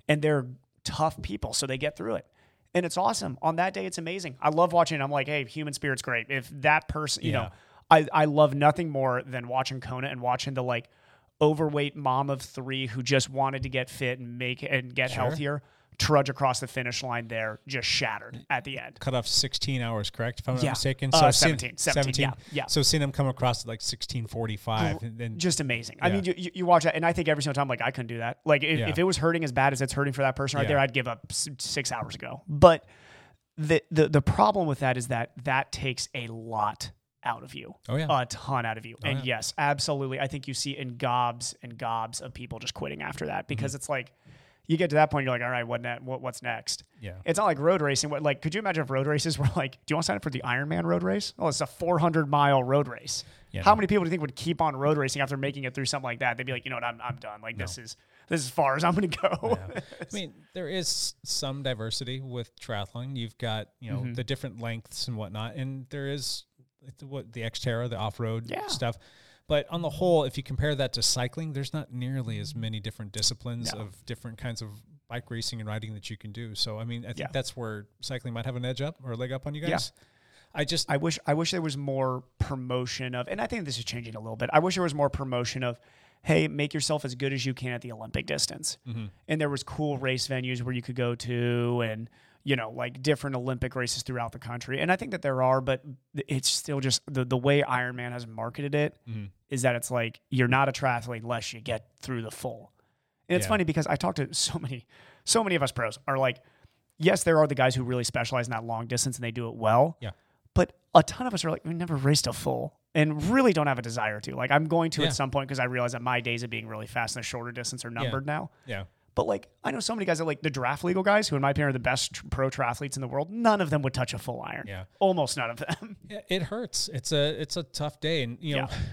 And they're tough people, so they get through it. And it's awesome. On that day, it's amazing. I love watching. it. I'm like, hey, human spirit's great. If that person, you know, I, I love nothing more than watching Kona and watching the like overweight mom of three who just wanted to get fit and make and get healthier trudge across the finish line there, just shattered at the end.
Cut off 16 hours, correct? If I'm
Yeah.
not mistaken.
Uh,
I've seen-
17, 17, yeah, yeah. Mm-hmm.
So seeing him come across at like 1645 and then
just amazing. I
Yeah.
mean, you- you, you watch that, and I think every single time, like I couldn't do that. Like if,
Yeah.
if it was hurting as bad as it's hurting for that person right
Yeah.
there, I'd give up s- six hours ago. But the the the problem with that is that that takes a lot out of you. Uh,
Oh, yeah.
a ton out of you.
Oh,
and yes, absolutely, I think you see in gobs and gobs of people just quitting after that
Mm-hmm.
because it's like. You get to that point, you're like, all right, what, ne- what what's next?
Yeah.
it's not like road racing. What like, could you imagine if road races were like, do you want to sign up for the Ironman road race? Oh, it's a 400 mile road race.
Yeah,
How
no.
many people do you think would keep on road racing after making it through something like that? They'd be like, you know what, I'm, I'm done. Like this is this is as far as I'm gonna go.
I mean, there is some diversity with triathlon. You've got you
Mm-hmm.
know the different lengths and whatnot, and there is like, the- what the Xterra, the off-road
Yeah.
stuff. But on the whole, if you compare that to cycling, there's not nearly as many different disciplines of different kinds of bike racing and riding that you can do. So I mean, I think
Yeah.
that's where cycling might have an edge up or a leg up on you guys. I just
I wish I wish there was more promotion of, and I think this is changing a little bit. I wish there was more promotion of, hey, make yourself as good as you can at the Olympic distance. And there was cool race venues where you could go to, and you know, like different Olympic races throughout the country. And I think that there are, but it's still just the the way Ironman has marketed it is that it's like you're not a triathlete unless you get through the full. And it's
Yeah.
funny because I talk to so many, so many of us pros are like, yes, there are the guys who really specialize in that long distance and they do it well.
Yeah.
But a ton of us are like, we never raced a full and really don't have a desire to. Like, I'm going to
Yeah.
at some point because I realize that my days of being really fast in the shorter distance are numbered now.
yeah
But like, I know so many guys that like the draft legal guys who, in my opinion, are the best tr- pro triathletes in the world. None of them would touch a full iron.
Yeah.
Almost none of them.
Yeah, it hurts. It's a it's a tough day, and you know,
Yeah.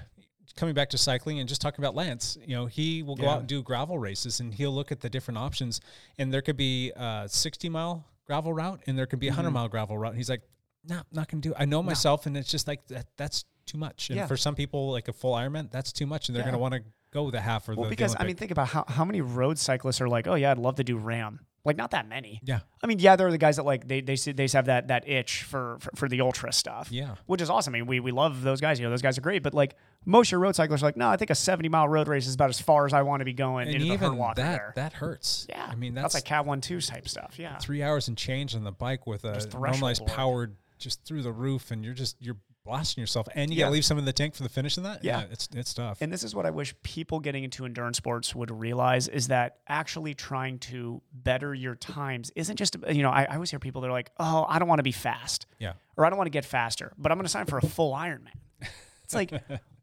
coming back to cycling and just talking about Lance, you know, he will go
Yeah.
out and do gravel races, and he'll look at the different options, and there could be a sixty mile gravel route, and there could be a
Mm-hmm.
hundred mile gravel route, and he's like, "No, not gonna do." It. I know myself, and it's just like that, that's too much. And
Yeah.
for some people, like a full Ironman, that's too much, and they're gonna want to go the half or
Well,
the the
because I mean,
Olympic.
think about how, how many road cyclists are like, oh yeah, I'd love to do RAM. Like, not that many.
Yeah.
I mean, yeah, there are the guys that like they they see- they have that that itch for, for for the ultra stuff.
Yeah.
which is awesome. I mean, we we love those guys. You know, those guys are great. But like most of your road cyclists are like, no, I think a seventy mile road race is about as far as I want to be going.
and
into the hurt
even
walker
that
there.
that hurts.
yeah,
I mean
that's,
that's,
like Cav one two type stuff. Yeah,
three hours and change on the bike with a
threshold
normalized
work.
powered just through the roof, and you're just you're blasting yourself, and you gotta
Yeah.
leave some in the tank for the finish of that.
Yeah.
it's it's tough.
And this is what I wish people getting into endurance sports would realize is that actually trying to better your times isn't just, you know, I, I always hear people that are like, oh, I don't want to be fast.
Yeah.
Or I don't want to get faster, but I'm going to sign for a full Ironman. It's like,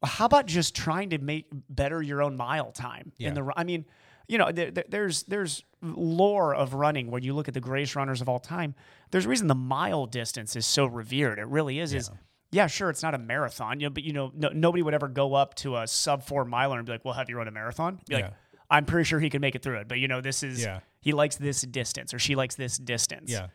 how about just trying to make better your own mile time
Yeah.
in the? ru- I mean, you know, there, there- there's there's lore of running when you look at the greatest runners of all time. There's a reason the mile distance is so revered. It really is. Is yeah, sure, it's not a marathon, you know, but you know, no, nobody would ever go up to a sub four miler and be like, "Well, have you run a marathon?" Be like,
Yeah.
I'm pretty sure he could make it through it, but you know, this is
Yeah.
he likes this distance or she likes this distance.
Yeah.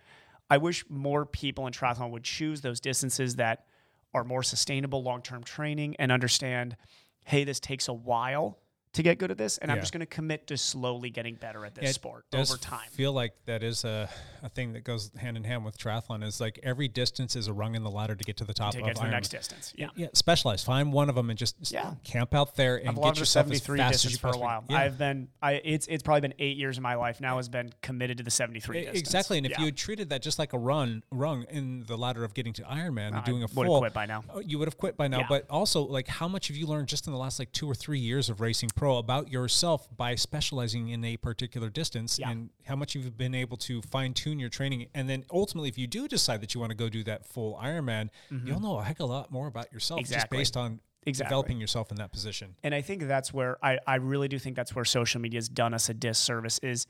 I wish more people in triathlon would choose those distances that are more sustainable long-term training and understand, hey, this takes a while to get good at this, and I'm
Yeah.
just going to commit to slowly getting better at this
It
sport
does
over time.
Feel like that is a, a thing that goes hand in hand with triathlon. Is like every distance is a rung in the ladder to get to the top
to
of
get to the
Ironman.
next distance. Yeah.
Yeah, specialize. Find one of them and just s-
Yeah.
camp out there and
I've
get
logged the
yourself as
73
fast as
distance
you
for a
possibly-
while.
Yeah.
I've been, I it's it's probably been eight years of my life now has been committed to the 73
E-
distance.
Exactly, and if
Yeah.
you had treated that just like a run rung in the ladder of getting to Ironman and doing a
would've
full,
quit by now.
oh, You would have quit by now.
Yeah.
But also, like, how much have you learned just in the last like two or three years of racing pro about yourself by specializing in a particular distance,
Yeah.
and how much you've been able to fine tune your training, and then ultimately, if you do decide that you want to go do that full Ironman, you'll know a heck of a lot more about yourself just
Mm-hmm. Exactly.
based on
Exactly.
developing yourself in that position.
and I think that's where I, I really do think that's where social media's done us a disservice is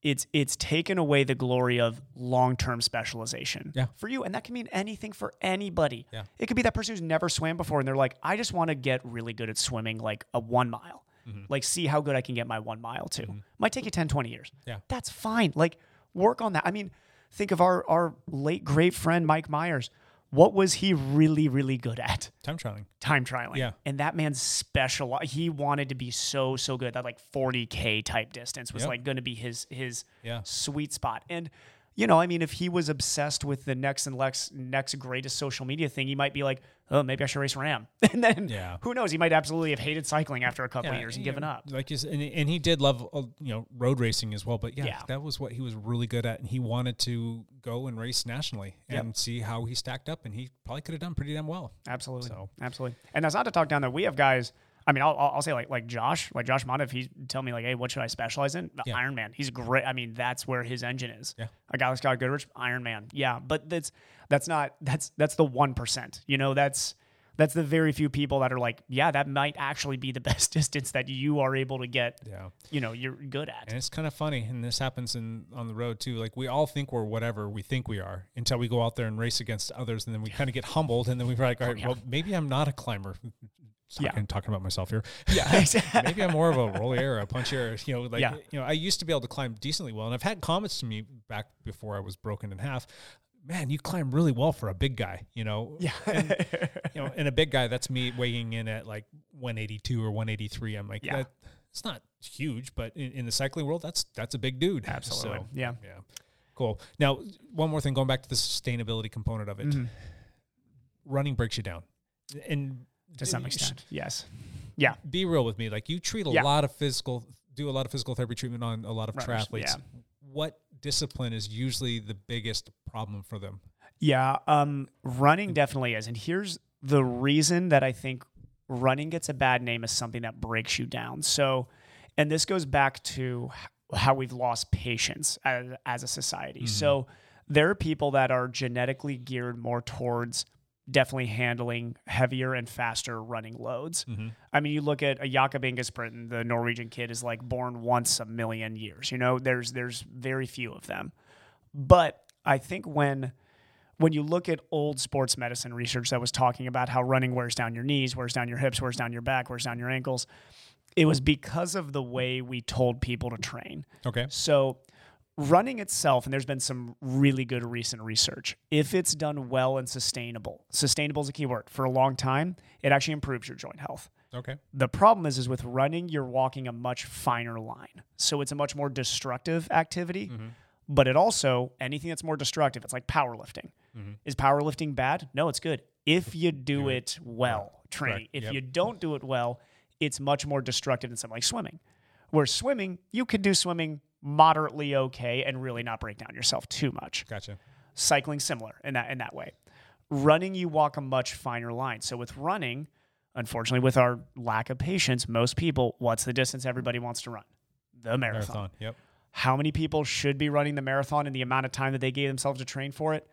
it's it's taken away the glory of long term specialization
Yeah.
for you, and that can mean anything for anybody.
Yeah.
It could be that person who's never swam before, and they're like, I just want to get really good at swimming, like a one mile,
Mm-hmm.
like see how good I can get my one mile to. Might take you 10, 20 years.
Yeah.
that's fine. Like work on that. I mean, think of our our late great friend Mike Myers. What was he really really good at?
Time trialing.
time trialing.
Yeah.
And that man's special. He wanted to be so so good. That like 40k type distance was
Yep.
like going to be his his
Yeah.
sweet spot. And you know, I mean, if he was obsessed with the next and Lex next greatest social media thing, he might be like, oh, maybe I should race Ram. And then
Yeah.
who knows? He might absolutely have hated cycling after a couple
Yeah,
of years and
you
given
know,
up.
Like you said, and, and he did love uh, you know road racing as well, but yeah,
Yeah.
that was what he was really good at, and he wanted to go and race nationally and see how he stacked up, and he probably could have done pretty damn well.
Absolutely.
So-
Absolutely. And that's not to talk down that we have guys. I mean, I'll, I'll I'll say like like Josh, like Josh Mata, if he's telling me like, hey, what should I specialize in?
Yeah.
Iron Man. He's great. I mean, that's where his engine is.
Yeah.
A guy like Scott Goodrich, Iron Man. Yeah, but that's that's not that's that's the one percent. You know, that's that's the very few people that are like, yeah, that might actually be the best distance that you are able to get.
Yeah.
You know, you're good at.
And it's kind of funny, and this happens in on the road too. Like we all think we're whatever we think we are until we go out there and race against others, and then we kind of get humbled, and then we're like, all right, well, maybe I'm not a climber. Talking,
Yeah.
talking about myself here.
Yeah.
maybe I'm more of a roller, a puncher. You know, like
Yeah.
you know, I used to be able to climb decently well, and I've had comments to me back before I was broken in half. Man, you climb really well for a big guy. You know, yeah. And, you know, and a big guy that's me weighing in at like 182 or 183. I'm like,
Yeah.
that, it's not huge, but in, in the cycling world, that's that's a big dude.
Absolutely.
So,
Yeah.
yeah. Cool. Now, one more thing, going back to the sustainability component of it,
Mm-hmm.
running breaks you down, and
to some extent. Yes. Yeah.
be real with me. Like you treat a
Yeah.
lot of physical, do a lot of physical therapy treatment on a lot of
Runners,
triathletes.
yeah.
What discipline is usually the biggest problem for them?
Yeah, um, running definitely is. And here's the reason that I think running gets a bad name is something that breaks you down. So, and this goes back to h- how we've lost patience as, as a society. So, there are people that are genetically geared more towards definitely handling heavier and faster running loads. I mean, you look at a Jakob Ingesbritton, the Norwegian kid is like born once a million years. You know, there's there's very few of them. But I think when when you look at old sports medicine research that was talking about how running wears down your knees, wears down your hips, wears down your back, wears down your ankles, it was because of the way we told people to train.
Okay.
So, running itself, and there's been some really good recent research, if it's done well and sustainable, sustainable is a key word for a long time, it actually improves your joint health.
Okay.
The problem is, is with running, you're walking a much finer line. So it's a much more destructive activity. But it also, anything that's more destructive, it's like powerlifting. Is powerlifting bad? No, it's good. If you Mm-hmm. do it well, training. If you don't do it well, it's much more destructive than something like swimming. Where swimming, you could do swimming moderately okay and really not break down yourself too much
Gotcha.
cycling similar in that in that way. Running, you walk a much finer line. So with running, unfortunately, with our lack of patience, most people, what's the distance everybody wants to run? The marathon.
Marathon. Yep.
How many people should be running the marathon and the amount of time that they gave themselves to train for it?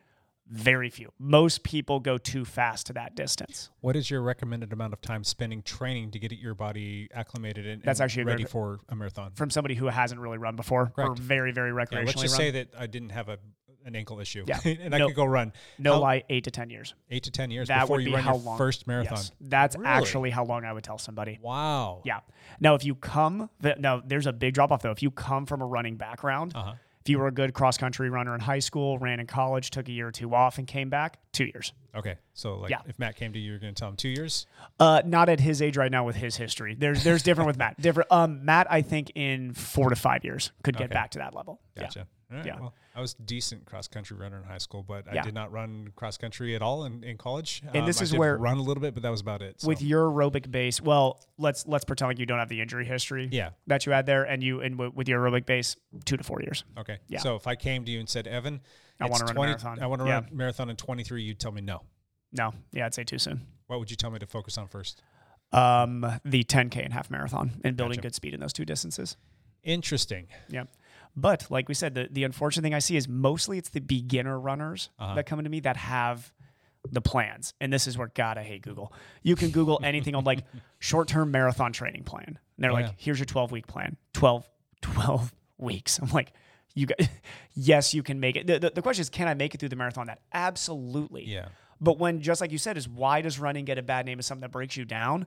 Very few. Most people go too fast to that distance.
What is your recommended amount of time spending training to get your body acclimated and,
That's
and
actually a great-
ready for a marathon?
From somebody who hasn't really run before or
Correct.
very, very recreationally
yeah, let's just
run.
say that I didn't have a an ankle issue,
Yeah.
and I
No-
could go run.
no
How-
lie, eight to 10 years.
eight to ten years
That
before
would
you
be
run
how
your
long.
first marathon.
Yes. That's
Really?
actually how long I would tell somebody.
Wow.
Yeah. Now, if you come, th- now there's a big drop off though. If you come from a running background,
Uh-huh.
if you were a good cross country runner in high school, ran in college, took a year or two off, and came back, two years.
Okay. So like,
Yeah.
if Matt came to you, you're going to tell him two years.
Uh, not at his age right now with his history. There's there's different with Matt. Different. Um, Matt, I think in four to five years could get back to that level. Yeah.
Gotcha. All right,
Yeah.
Well, I was a decent cross country runner in high school, but
Yeah.
I did not run cross country at all in, in college. Um,
And this
I
is
did
where-
run a little bit, but that was about it. So.
With your aerobic base, well, let's let's pretend like you don't have the injury history.
Yeah.
That you had there, and you and w- with your aerobic base, two to four years.
okay.
Yeah.
So if I came to you and said, Evan,
I
it's
wanna run a
20
marathon.
I want to run
Yeah.
a marathon in 23. You'd tell me no.
No, yeah, I'd say too soon.
What would you tell me to focus on first?
Um, the 10k and half marathon and building good speed in those two distances.
Interesting.
Yeah. But like we said, the, the unfortunate thing I see is mostly it's the beginner runners
Uh-huh.
that come into me that have the plans. And this is where God, I hate Google. You can Google anything on like short term marathon training plan. And they're like,
yeah.
here's your 12 week plan. 12, 12 weeks. I'm like, you guys, yes, you can make it. The, the, the question is, can I make it through the marathon? That absolutely.
Yeah.
But when, just like you said, is why does running get a bad name as something that breaks you down?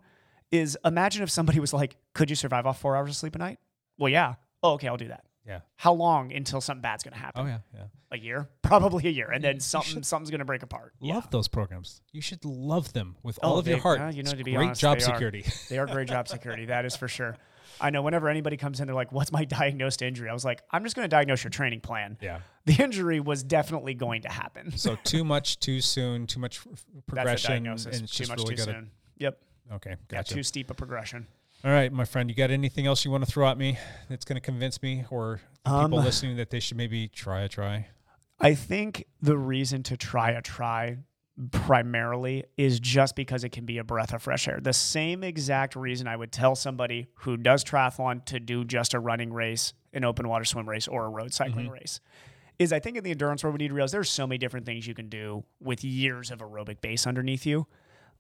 Is imagine if somebody was like, could you survive off four hours of sleep a night? Well, yeah. Oh, okay, I'll do that.
Yeah.
How long until something bad's going to happen?
Oh yeah. Yeah.
A year? Probably a year. And then something something's going to break apart.
Love those programs. You should love them with
Oh,
all of your
they-
heart.
uh, you
It's
know, to be
great
honest,
job
they are.
security.
They are great job security. That is for sure. I know whenever anybody comes in, they're like, what's my diagnosed injury? I was like, I'm just going to diagnose your training plan.
Yeah.
The injury was definitely going to happen.
So too much too soon, too much f-
That's a
progression,
diagnosis.
and it's
too
just
much
really
too
gotta-
soon. Yep.
Okay,
Yeah,
gotcha.
too steep a progression.
All right, my friend, you got anything else you want to throw at me that's going to convince me or the people
Um,
listening that they should maybe try a try?
I think the reason to try a try primarily is just because it can be a breath of fresh air. The same exact reason I would tell somebody who does triathlon to do just a running race, an open water swim race, or a road cycling race. Is I think in the endurance world we need to realize there's so many different things you can do with years of aerobic base underneath you.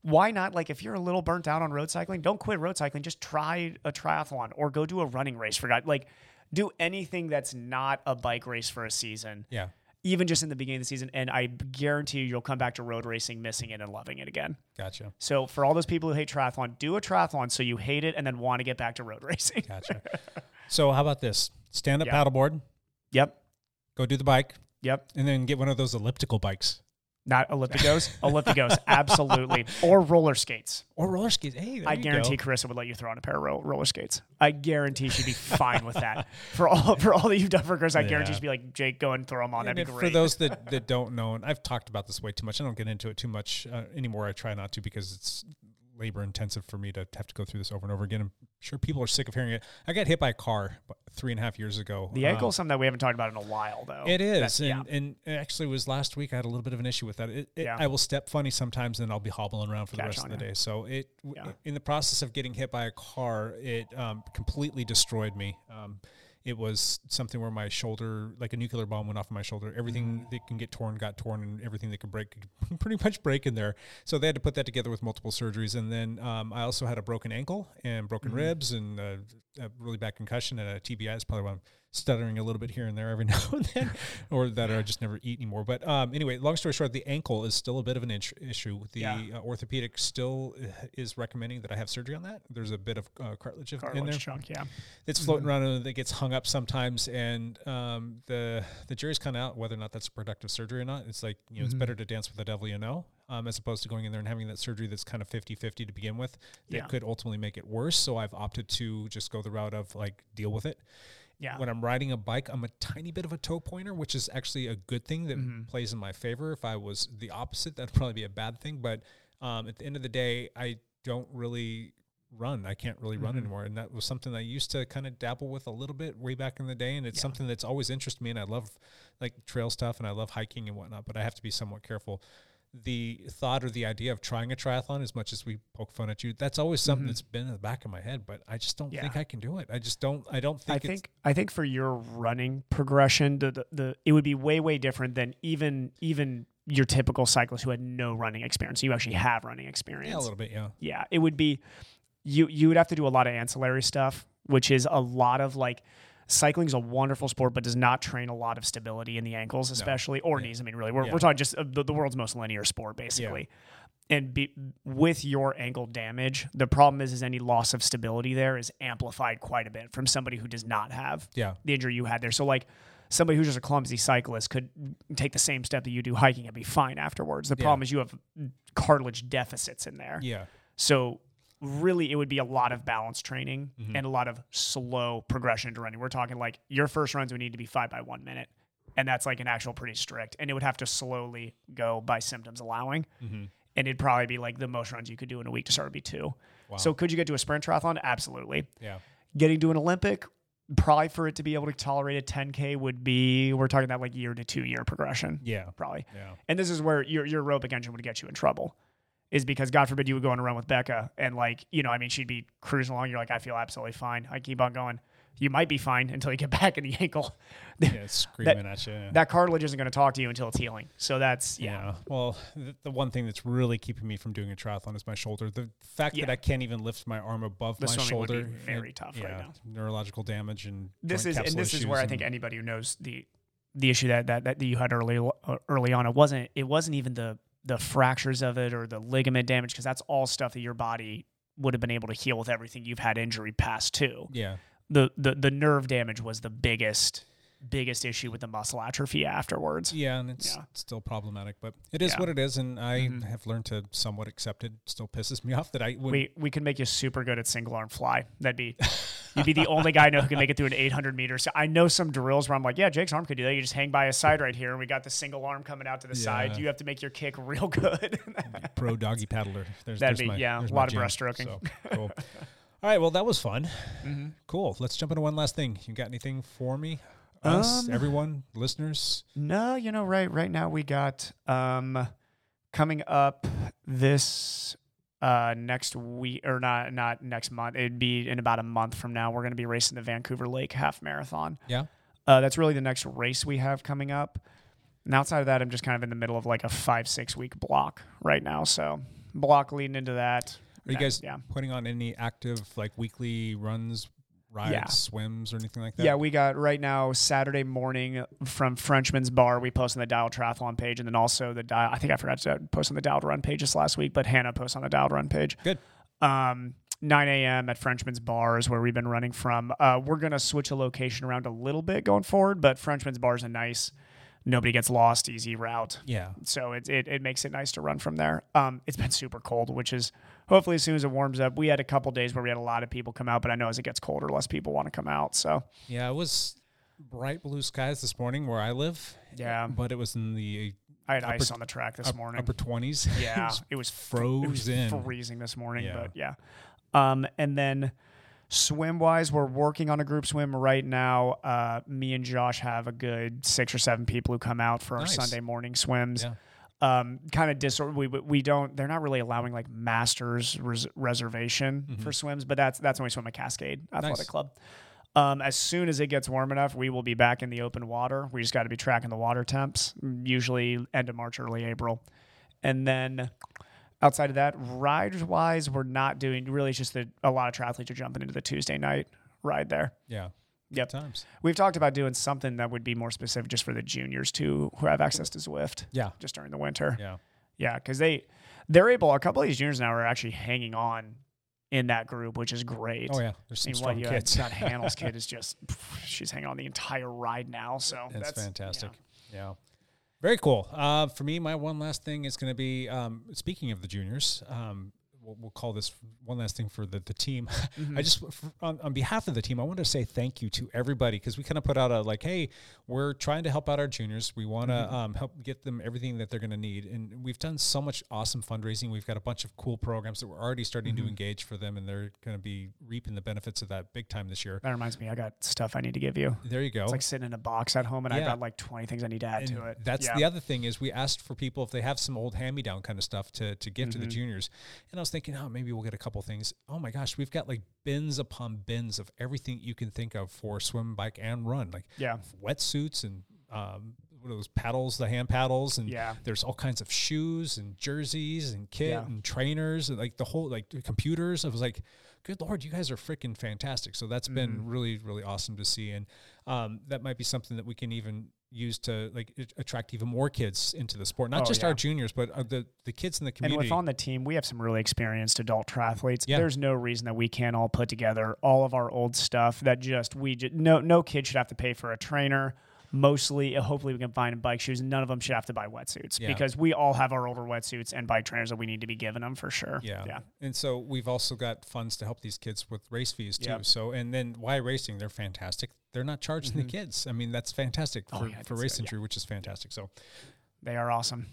Why not? Like if you're a little burnt out on road cycling, don't quit road cycling. Just try a triathlon or go do a running race for God. Like do anything that's not a bike race for a season
Yeah.
even just in the beginning of the season. And I guarantee you, you'll come back to road racing, missing it, and loving it again.
Gotcha.
So, for all those people who hate triathlon, do a triathlon so you hate it and then want to get back to road racing.
Gotcha. so, how about this? Stand up
Yeah.
paddleboard,
Yep.
go do the bike,
Yep.
and then get one of those elliptical bikes
Not ellipticos. ellipticos. Absolutely. Or roller skates.
or roller skates. Hey, there
I
you go.
guarantee Carissa would let you throw on a pair of ro- roller skates. I guarantee she'd be fine with that. For all for all that you've done for Carissa, I guarantee
Yeah.
she'd be like, Jake, go and throw them on.
And
That'd be
then
great.
For those that, that don't know, and I've talked about this way too much, I don't get into it too much uh, anymore. I try not to because it's labor intensive for me to have to go through this over and over again. I'm sure people are sick of hearing it. I got hit by a car about three and a half years ago.
the
Um,
ankle is something that we haven't talked about in a while, though.
It is,
That's- yeah.
and, and it actually was last week. I had a little bit of an issue with that. It, it,
Yeah.
I will step funny sometimes, and then I'll be hobbling around for the
Catch
rest
on
of the
ya.
day. So it, w-
Yeah.
in the process of getting hit by a car, it um, completely destroyed me. Um, it was something where my shoulder, like a nuclear bomb, went off my shoulder.
Mm-hmm.
Everything that can get torn got torn, and everything that could break could pretty much break in there. So they had to put that together with multiple surgeries, and then um, I also had a broken ankle and broken
Mm-hmm.
ribs, and uh, a really bad concussion and a TBI is probably why I'm stuttering a little bit here and there every now and then, or that I just never eat anymore. But um, anyway, long story short, the ankle is still a bit of an inch- issue. The
Yeah.
uh, orthopedic still uh, is recommending that I have surgery on that. There's a bit of uh, cartilage, in there
Cartilage chunk, yeah. Mm-hmm.
that's floating around and that gets hung up sometimes. And um, the the jury's kind of out whether or not that's productive surgery or not. It's like, you know,
Mm-hmm.
it's better to dance with the devil you know, um, as opposed to going in there and having that surgery that's kind of 50 50 to begin with that
Yeah.
could ultimately make it worse. So I've opted to just go the route of like deal with it.
Yeah.
When I'm riding a bike, I'm a tiny bit of a toe pointer, which is actually a good thing that plays in my favor. If I was the opposite, that'd probably be a bad thing. But um, at the end of the day, I don't really run. I can't really run anymore. And that was something I used to kind of dabble with a little bit way back in the day. And it's something that's always interested me. And I love like trail stuff and I love hiking and whatnot, but I have to be somewhat careful. The thought or the idea of trying a triathlon, as much as we poke fun at you, that's always something that's been in the back of my head, but I just don't think
Yeah.
I can do it. I just don't, I don't think,
I
it's-
think I think for your running progression, the, the the it would be way way different than even even your typical cyclist who had no running experience. You actually have running experience.
Yeah, a little bit, yeah.
Yeah, it would be you you would have to do a lot of ancillary stuff, which is a lot of like cycling is a wonderful sport but does not train a lot of stability in the ankles especially or knees. I mean really we're,
Yeah.
we're talking just uh, the, the world's most linear sport basically. And be, with your ankle damage, the problem is is any loss of stability there is amplified quite a bit from somebody who does not have
Yeah.
the injury you had there. So like somebody who's just a clumsy cyclist could take the same step that you do hiking and be fine afterwards. The problem is you have cartilage deficits in there.
Yeah.
So really it would be a lot of balance training and a lot of slow progression to running. We're talking like your first runs would need to be five by one minute. And that's like an actual pretty strict. And it would have to slowly go by symptoms allowing. And it'd probably be like the most runs you could do in a week to start would be two. So could you get to a sprint triathlon? Absolutely
Yeah.
getting to an Olympic, probably for it to be able to tolerate a 10K would be, we're talking that like year to two year progression.
Yeah.
Probably.
Yeah.
And this is where your, your aerobic engine would get you in trouble. Is because God forbid you would go on a run with Becca and like, you know, I mean, she'd be cruising along. You're like, I feel absolutely fine. I keep on going. You might be fine until you get back in the ankle.
Yeah, it's screaming at you.
that cartilage isn't going to talk to you until it's healing. So that's, yeah.
Yeah. Well, th- the one thing that's really keeping me from doing a triathlon is my shoulder. The fact
Yeah.
that I can't even lift my arm above
The
my
swimming would be
shoulder.
very tough right now.
Neurological damage and
this
joint
is and
capsule
this is
issues
where I
and-
think anybody who knows the the issue that that, that you had early uh, early on it wasn't it wasn't even the the fractures of it or the ligament damage because that's all stuff that your body would have been able to heal with everything you've had injury past too.
Yeah.
The the the nerve damage was the biggest biggest issue with the muscle atrophy afterwards.
Yeah, and it's
Yeah.
still problematic, but it is
Yeah. Mm-hmm.
what it is, and I have learned to somewhat accept it. Still pisses me off that I would.
We we can make you super good at single arm fly. That'd be you'd be the only guy I know who can make it through an 800 meter. So I know some drills where I'm like, yeah, Jake's arm could do that. You just hang by his side right here, and we got the single arm coming out to the side.
Yeah.
You have to make your kick real good.
pro doggy paddler. There's,
That'd
there's
be-
my,
yeah,
there's
a
my
lot of
jam.
breaststroking. Mm-hmm.
So, cool. All right, well, that was fun. Cool. Let's jump into one last thing. You got anything for me? Us, everyone, listeners.
no, you know, right right now we got um coming up this uh next week or not not next month. It'd be in about a month from now. We're gonna be racing the Vancouver Lake Half Marathon.
Yeah.
Uh, that's really the next race we have coming up. And outside of that, I'm just kind of in the middle of like a five, six week block right now. So block leading into that.
Are you guys
Yeah.
putting on any active like weekly runs, rides,
Yeah.
swims, or anything like that?
Yeah, we got right now Saturday morning from Frenchman's Bar. We post on the Dial Triathlon page, and then also the Dial. I think I forgot to post on the Dialed Run page just last week, but Hannah posts on the Dialed Run page.
Good.
um, 9 a.m. at Frenchman's Bar is where we've been running from. Uh, we're going to switch the location around a little bit going forward, but Frenchman's Bar is a nice, nobody gets lost, easy route.
Yeah.
So it, it, it makes it nice to run from there. Um, it's been super cold, which is hopefully as soon as it warms up. We had a couple days where we had a lot of people come out, but I know as it gets colder, less people want to come out. So
Yeah, it was bright blue skies this morning where I live.
Yeah.
But it was in the
I had ice on the track this
up-
morning.
upper 20s.
Yeah,
It was
it was
frozen.
It was freezing this morning,
Yeah.
but yeah. Um, and then swim wise, we're working on a group swim right now. Uh, me and Josh have a good six or seven people who come out for our
Nice.
Sunday morning swims.
Yeah.
Um, kind of disorder. We we don't. They're not really allowing like masters res- reservation for swims, but that's that's when we swim at Cascade Athletic
Nice.
Club. Um, as soon as it gets warm enough, we will be back in the open water. We just got to be tracking the water temps, usually end of March, early April. And then outside of that, rides wise, we're not doing really it's just the, a lot of triathletes are jumping into the Tuesday night ride there.
Yeah.
Yep.
Times.
We've talked about doing something that would be more specific just for the juniors too, who have access to Zwift.
Yeah.
Just during the winter.
Yeah.
Yeah, because they they're able. A couple of these juniors now are actually hanging on in that group, which is great.
Oh, yeah. There's some
I mean, what
strong
you had,
kids.
Scott Handel's kid is just she's hanging on the entire ride now. So
That's,
that's,
fantastic.
yeah.
Yeah. Very cool. Uh, for me, my one last thing is going to be um, speaking of the juniors. Um, we'll, we'll call this one last thing for the, the team.
Mm-hmm.
I just, for, on, on behalf of the team, I want to say thank you to everybody because we kind of put out a like, hey, we're trying to help out our juniors. We want to
Mm-hmm.
um, help get them everything that they're going to need. And we've done so much awesome fundraising. We've got a bunch of cool programs that we're already starting
Mm-hmm.
to engage for them, and they're going to be reaping the benefits of that big time this year.
That reminds me, I got stuff I need to give you.
There you go.
It's like sitting in a box at home, and I've
Oh. Yeah.
got like 20 things I need to add
And
to it.
That's
yeah.
the other thing is we asked for people if they have some old hand-me-down kind of stuff to to give to
Mm-hmm.
the juniors. And I was thinking, oh, maybe we'll get a couple things. Oh my gosh, we've got like bins upon bins of everything you can think of for swim, bike, and run, like
Yeah.
wetsuits and um, what are those paddles, the hand paddles, and
Yeah.
there's all kinds of shoes and jerseys and kit
Yeah.
and trainers and like the whole like the computers. I was like, good lord, you guys are freaking fantastic. So that's
Mm-hmm.
been really really awesome to see, and um, that might be something that we can even use to like a- attract even more kids into the sport, not
Oh,
just
yeah.
our juniors, but uh, the the kids in the
And
community.
with on the team, we have some really experienced adult triathletes.
Yeah.
There's no reason that we can't all put together all of our old stuff that just we just, no no kid should have to pay for a trainer. Mostly, uh, hopefully, we can find bike shoes. None of them should have to buy wetsuits
Yeah.
because we all have our older wetsuits and bike trainers that we need to be giving them for sure.
Yeah.
yeah,
And so we've also got funds to help these kids with race fees too.
Yep.
So and then why racing? They're fantastic. They're not charging the kids. I mean, that's fantastic for,
Mm-hmm. Oh, yeah,
for
that's-
race
yeah.
injury, which is fantastic. So
they are awesome.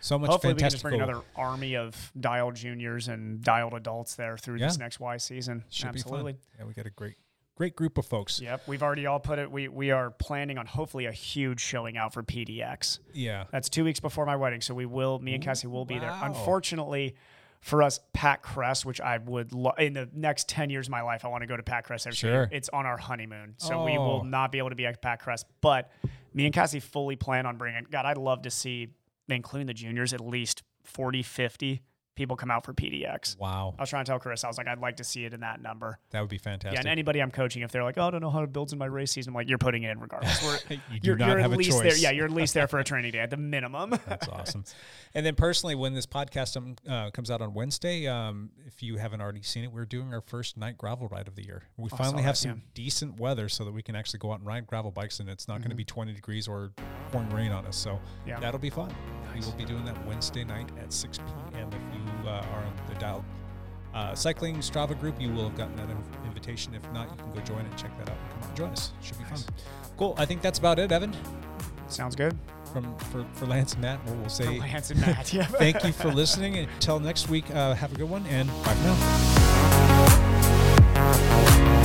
so much
hopefully, we can just
fantastic.
bring another army of dialed juniors and dialed adults there through this
Yeah.
next Y season.
Should
Absolutely.
be fun. Yeah, we got a great great group of folks.
Yep, we've already all put it. We we are planning on hopefully a huge showing out for PDX.
Yeah.
That's two weeks before my wedding, so we will. Me and Cassie will be there.
wow.
Unfortunately, for us, Pat Crest, which I would lo- in the next ten years of my life, I want to go to Pat Crest every
Sure.
year. It's on our honeymoon, so we will
Oh.
not be able to be at Pat Crest. But me and Cassie fully plan on bringing. God, I'd love to see, including the juniors, at least 40, 50 people come out for PDX.
Wow.
I was trying to tell Chris, I was like, I'd like to see it in that number.
That would be
Yeah,
fantastic.
and anybody I'm coaching, if they're like, "Oh, I don't know how to build in my race season," I'm like, "You're putting it in regardless." We're,
You do
you're,
not
you're
have a
at least there.
choice.
Yeah, you're at least there for a training day at the minimum.
That's awesome. And then personally, when this podcast um, uh, comes out on Wednesday, um, if you haven't already seen it, we're doing our first night gravel ride of the year. We finally have some decent weather so that we can actually go out and ride gravel bikes and it's not going to be 20 degrees or pouring rain on us. So
Yeah.
that'll be fun. We will be doing that Wednesday night at 6 p.m. If you uh, are on the dial uh, cycling Strava group, you will have gotten that inv- invitation. If not, you can go join it, check that out, and come out and join us. Should be fun. Cool. I think that's about it, Evan.
Sounds good.
From for, for Lance and Matt, we'll, we'll say
Lance and Matt. Yeah.
Thank you for listening. Until next week, uh, have a good one and bye for now.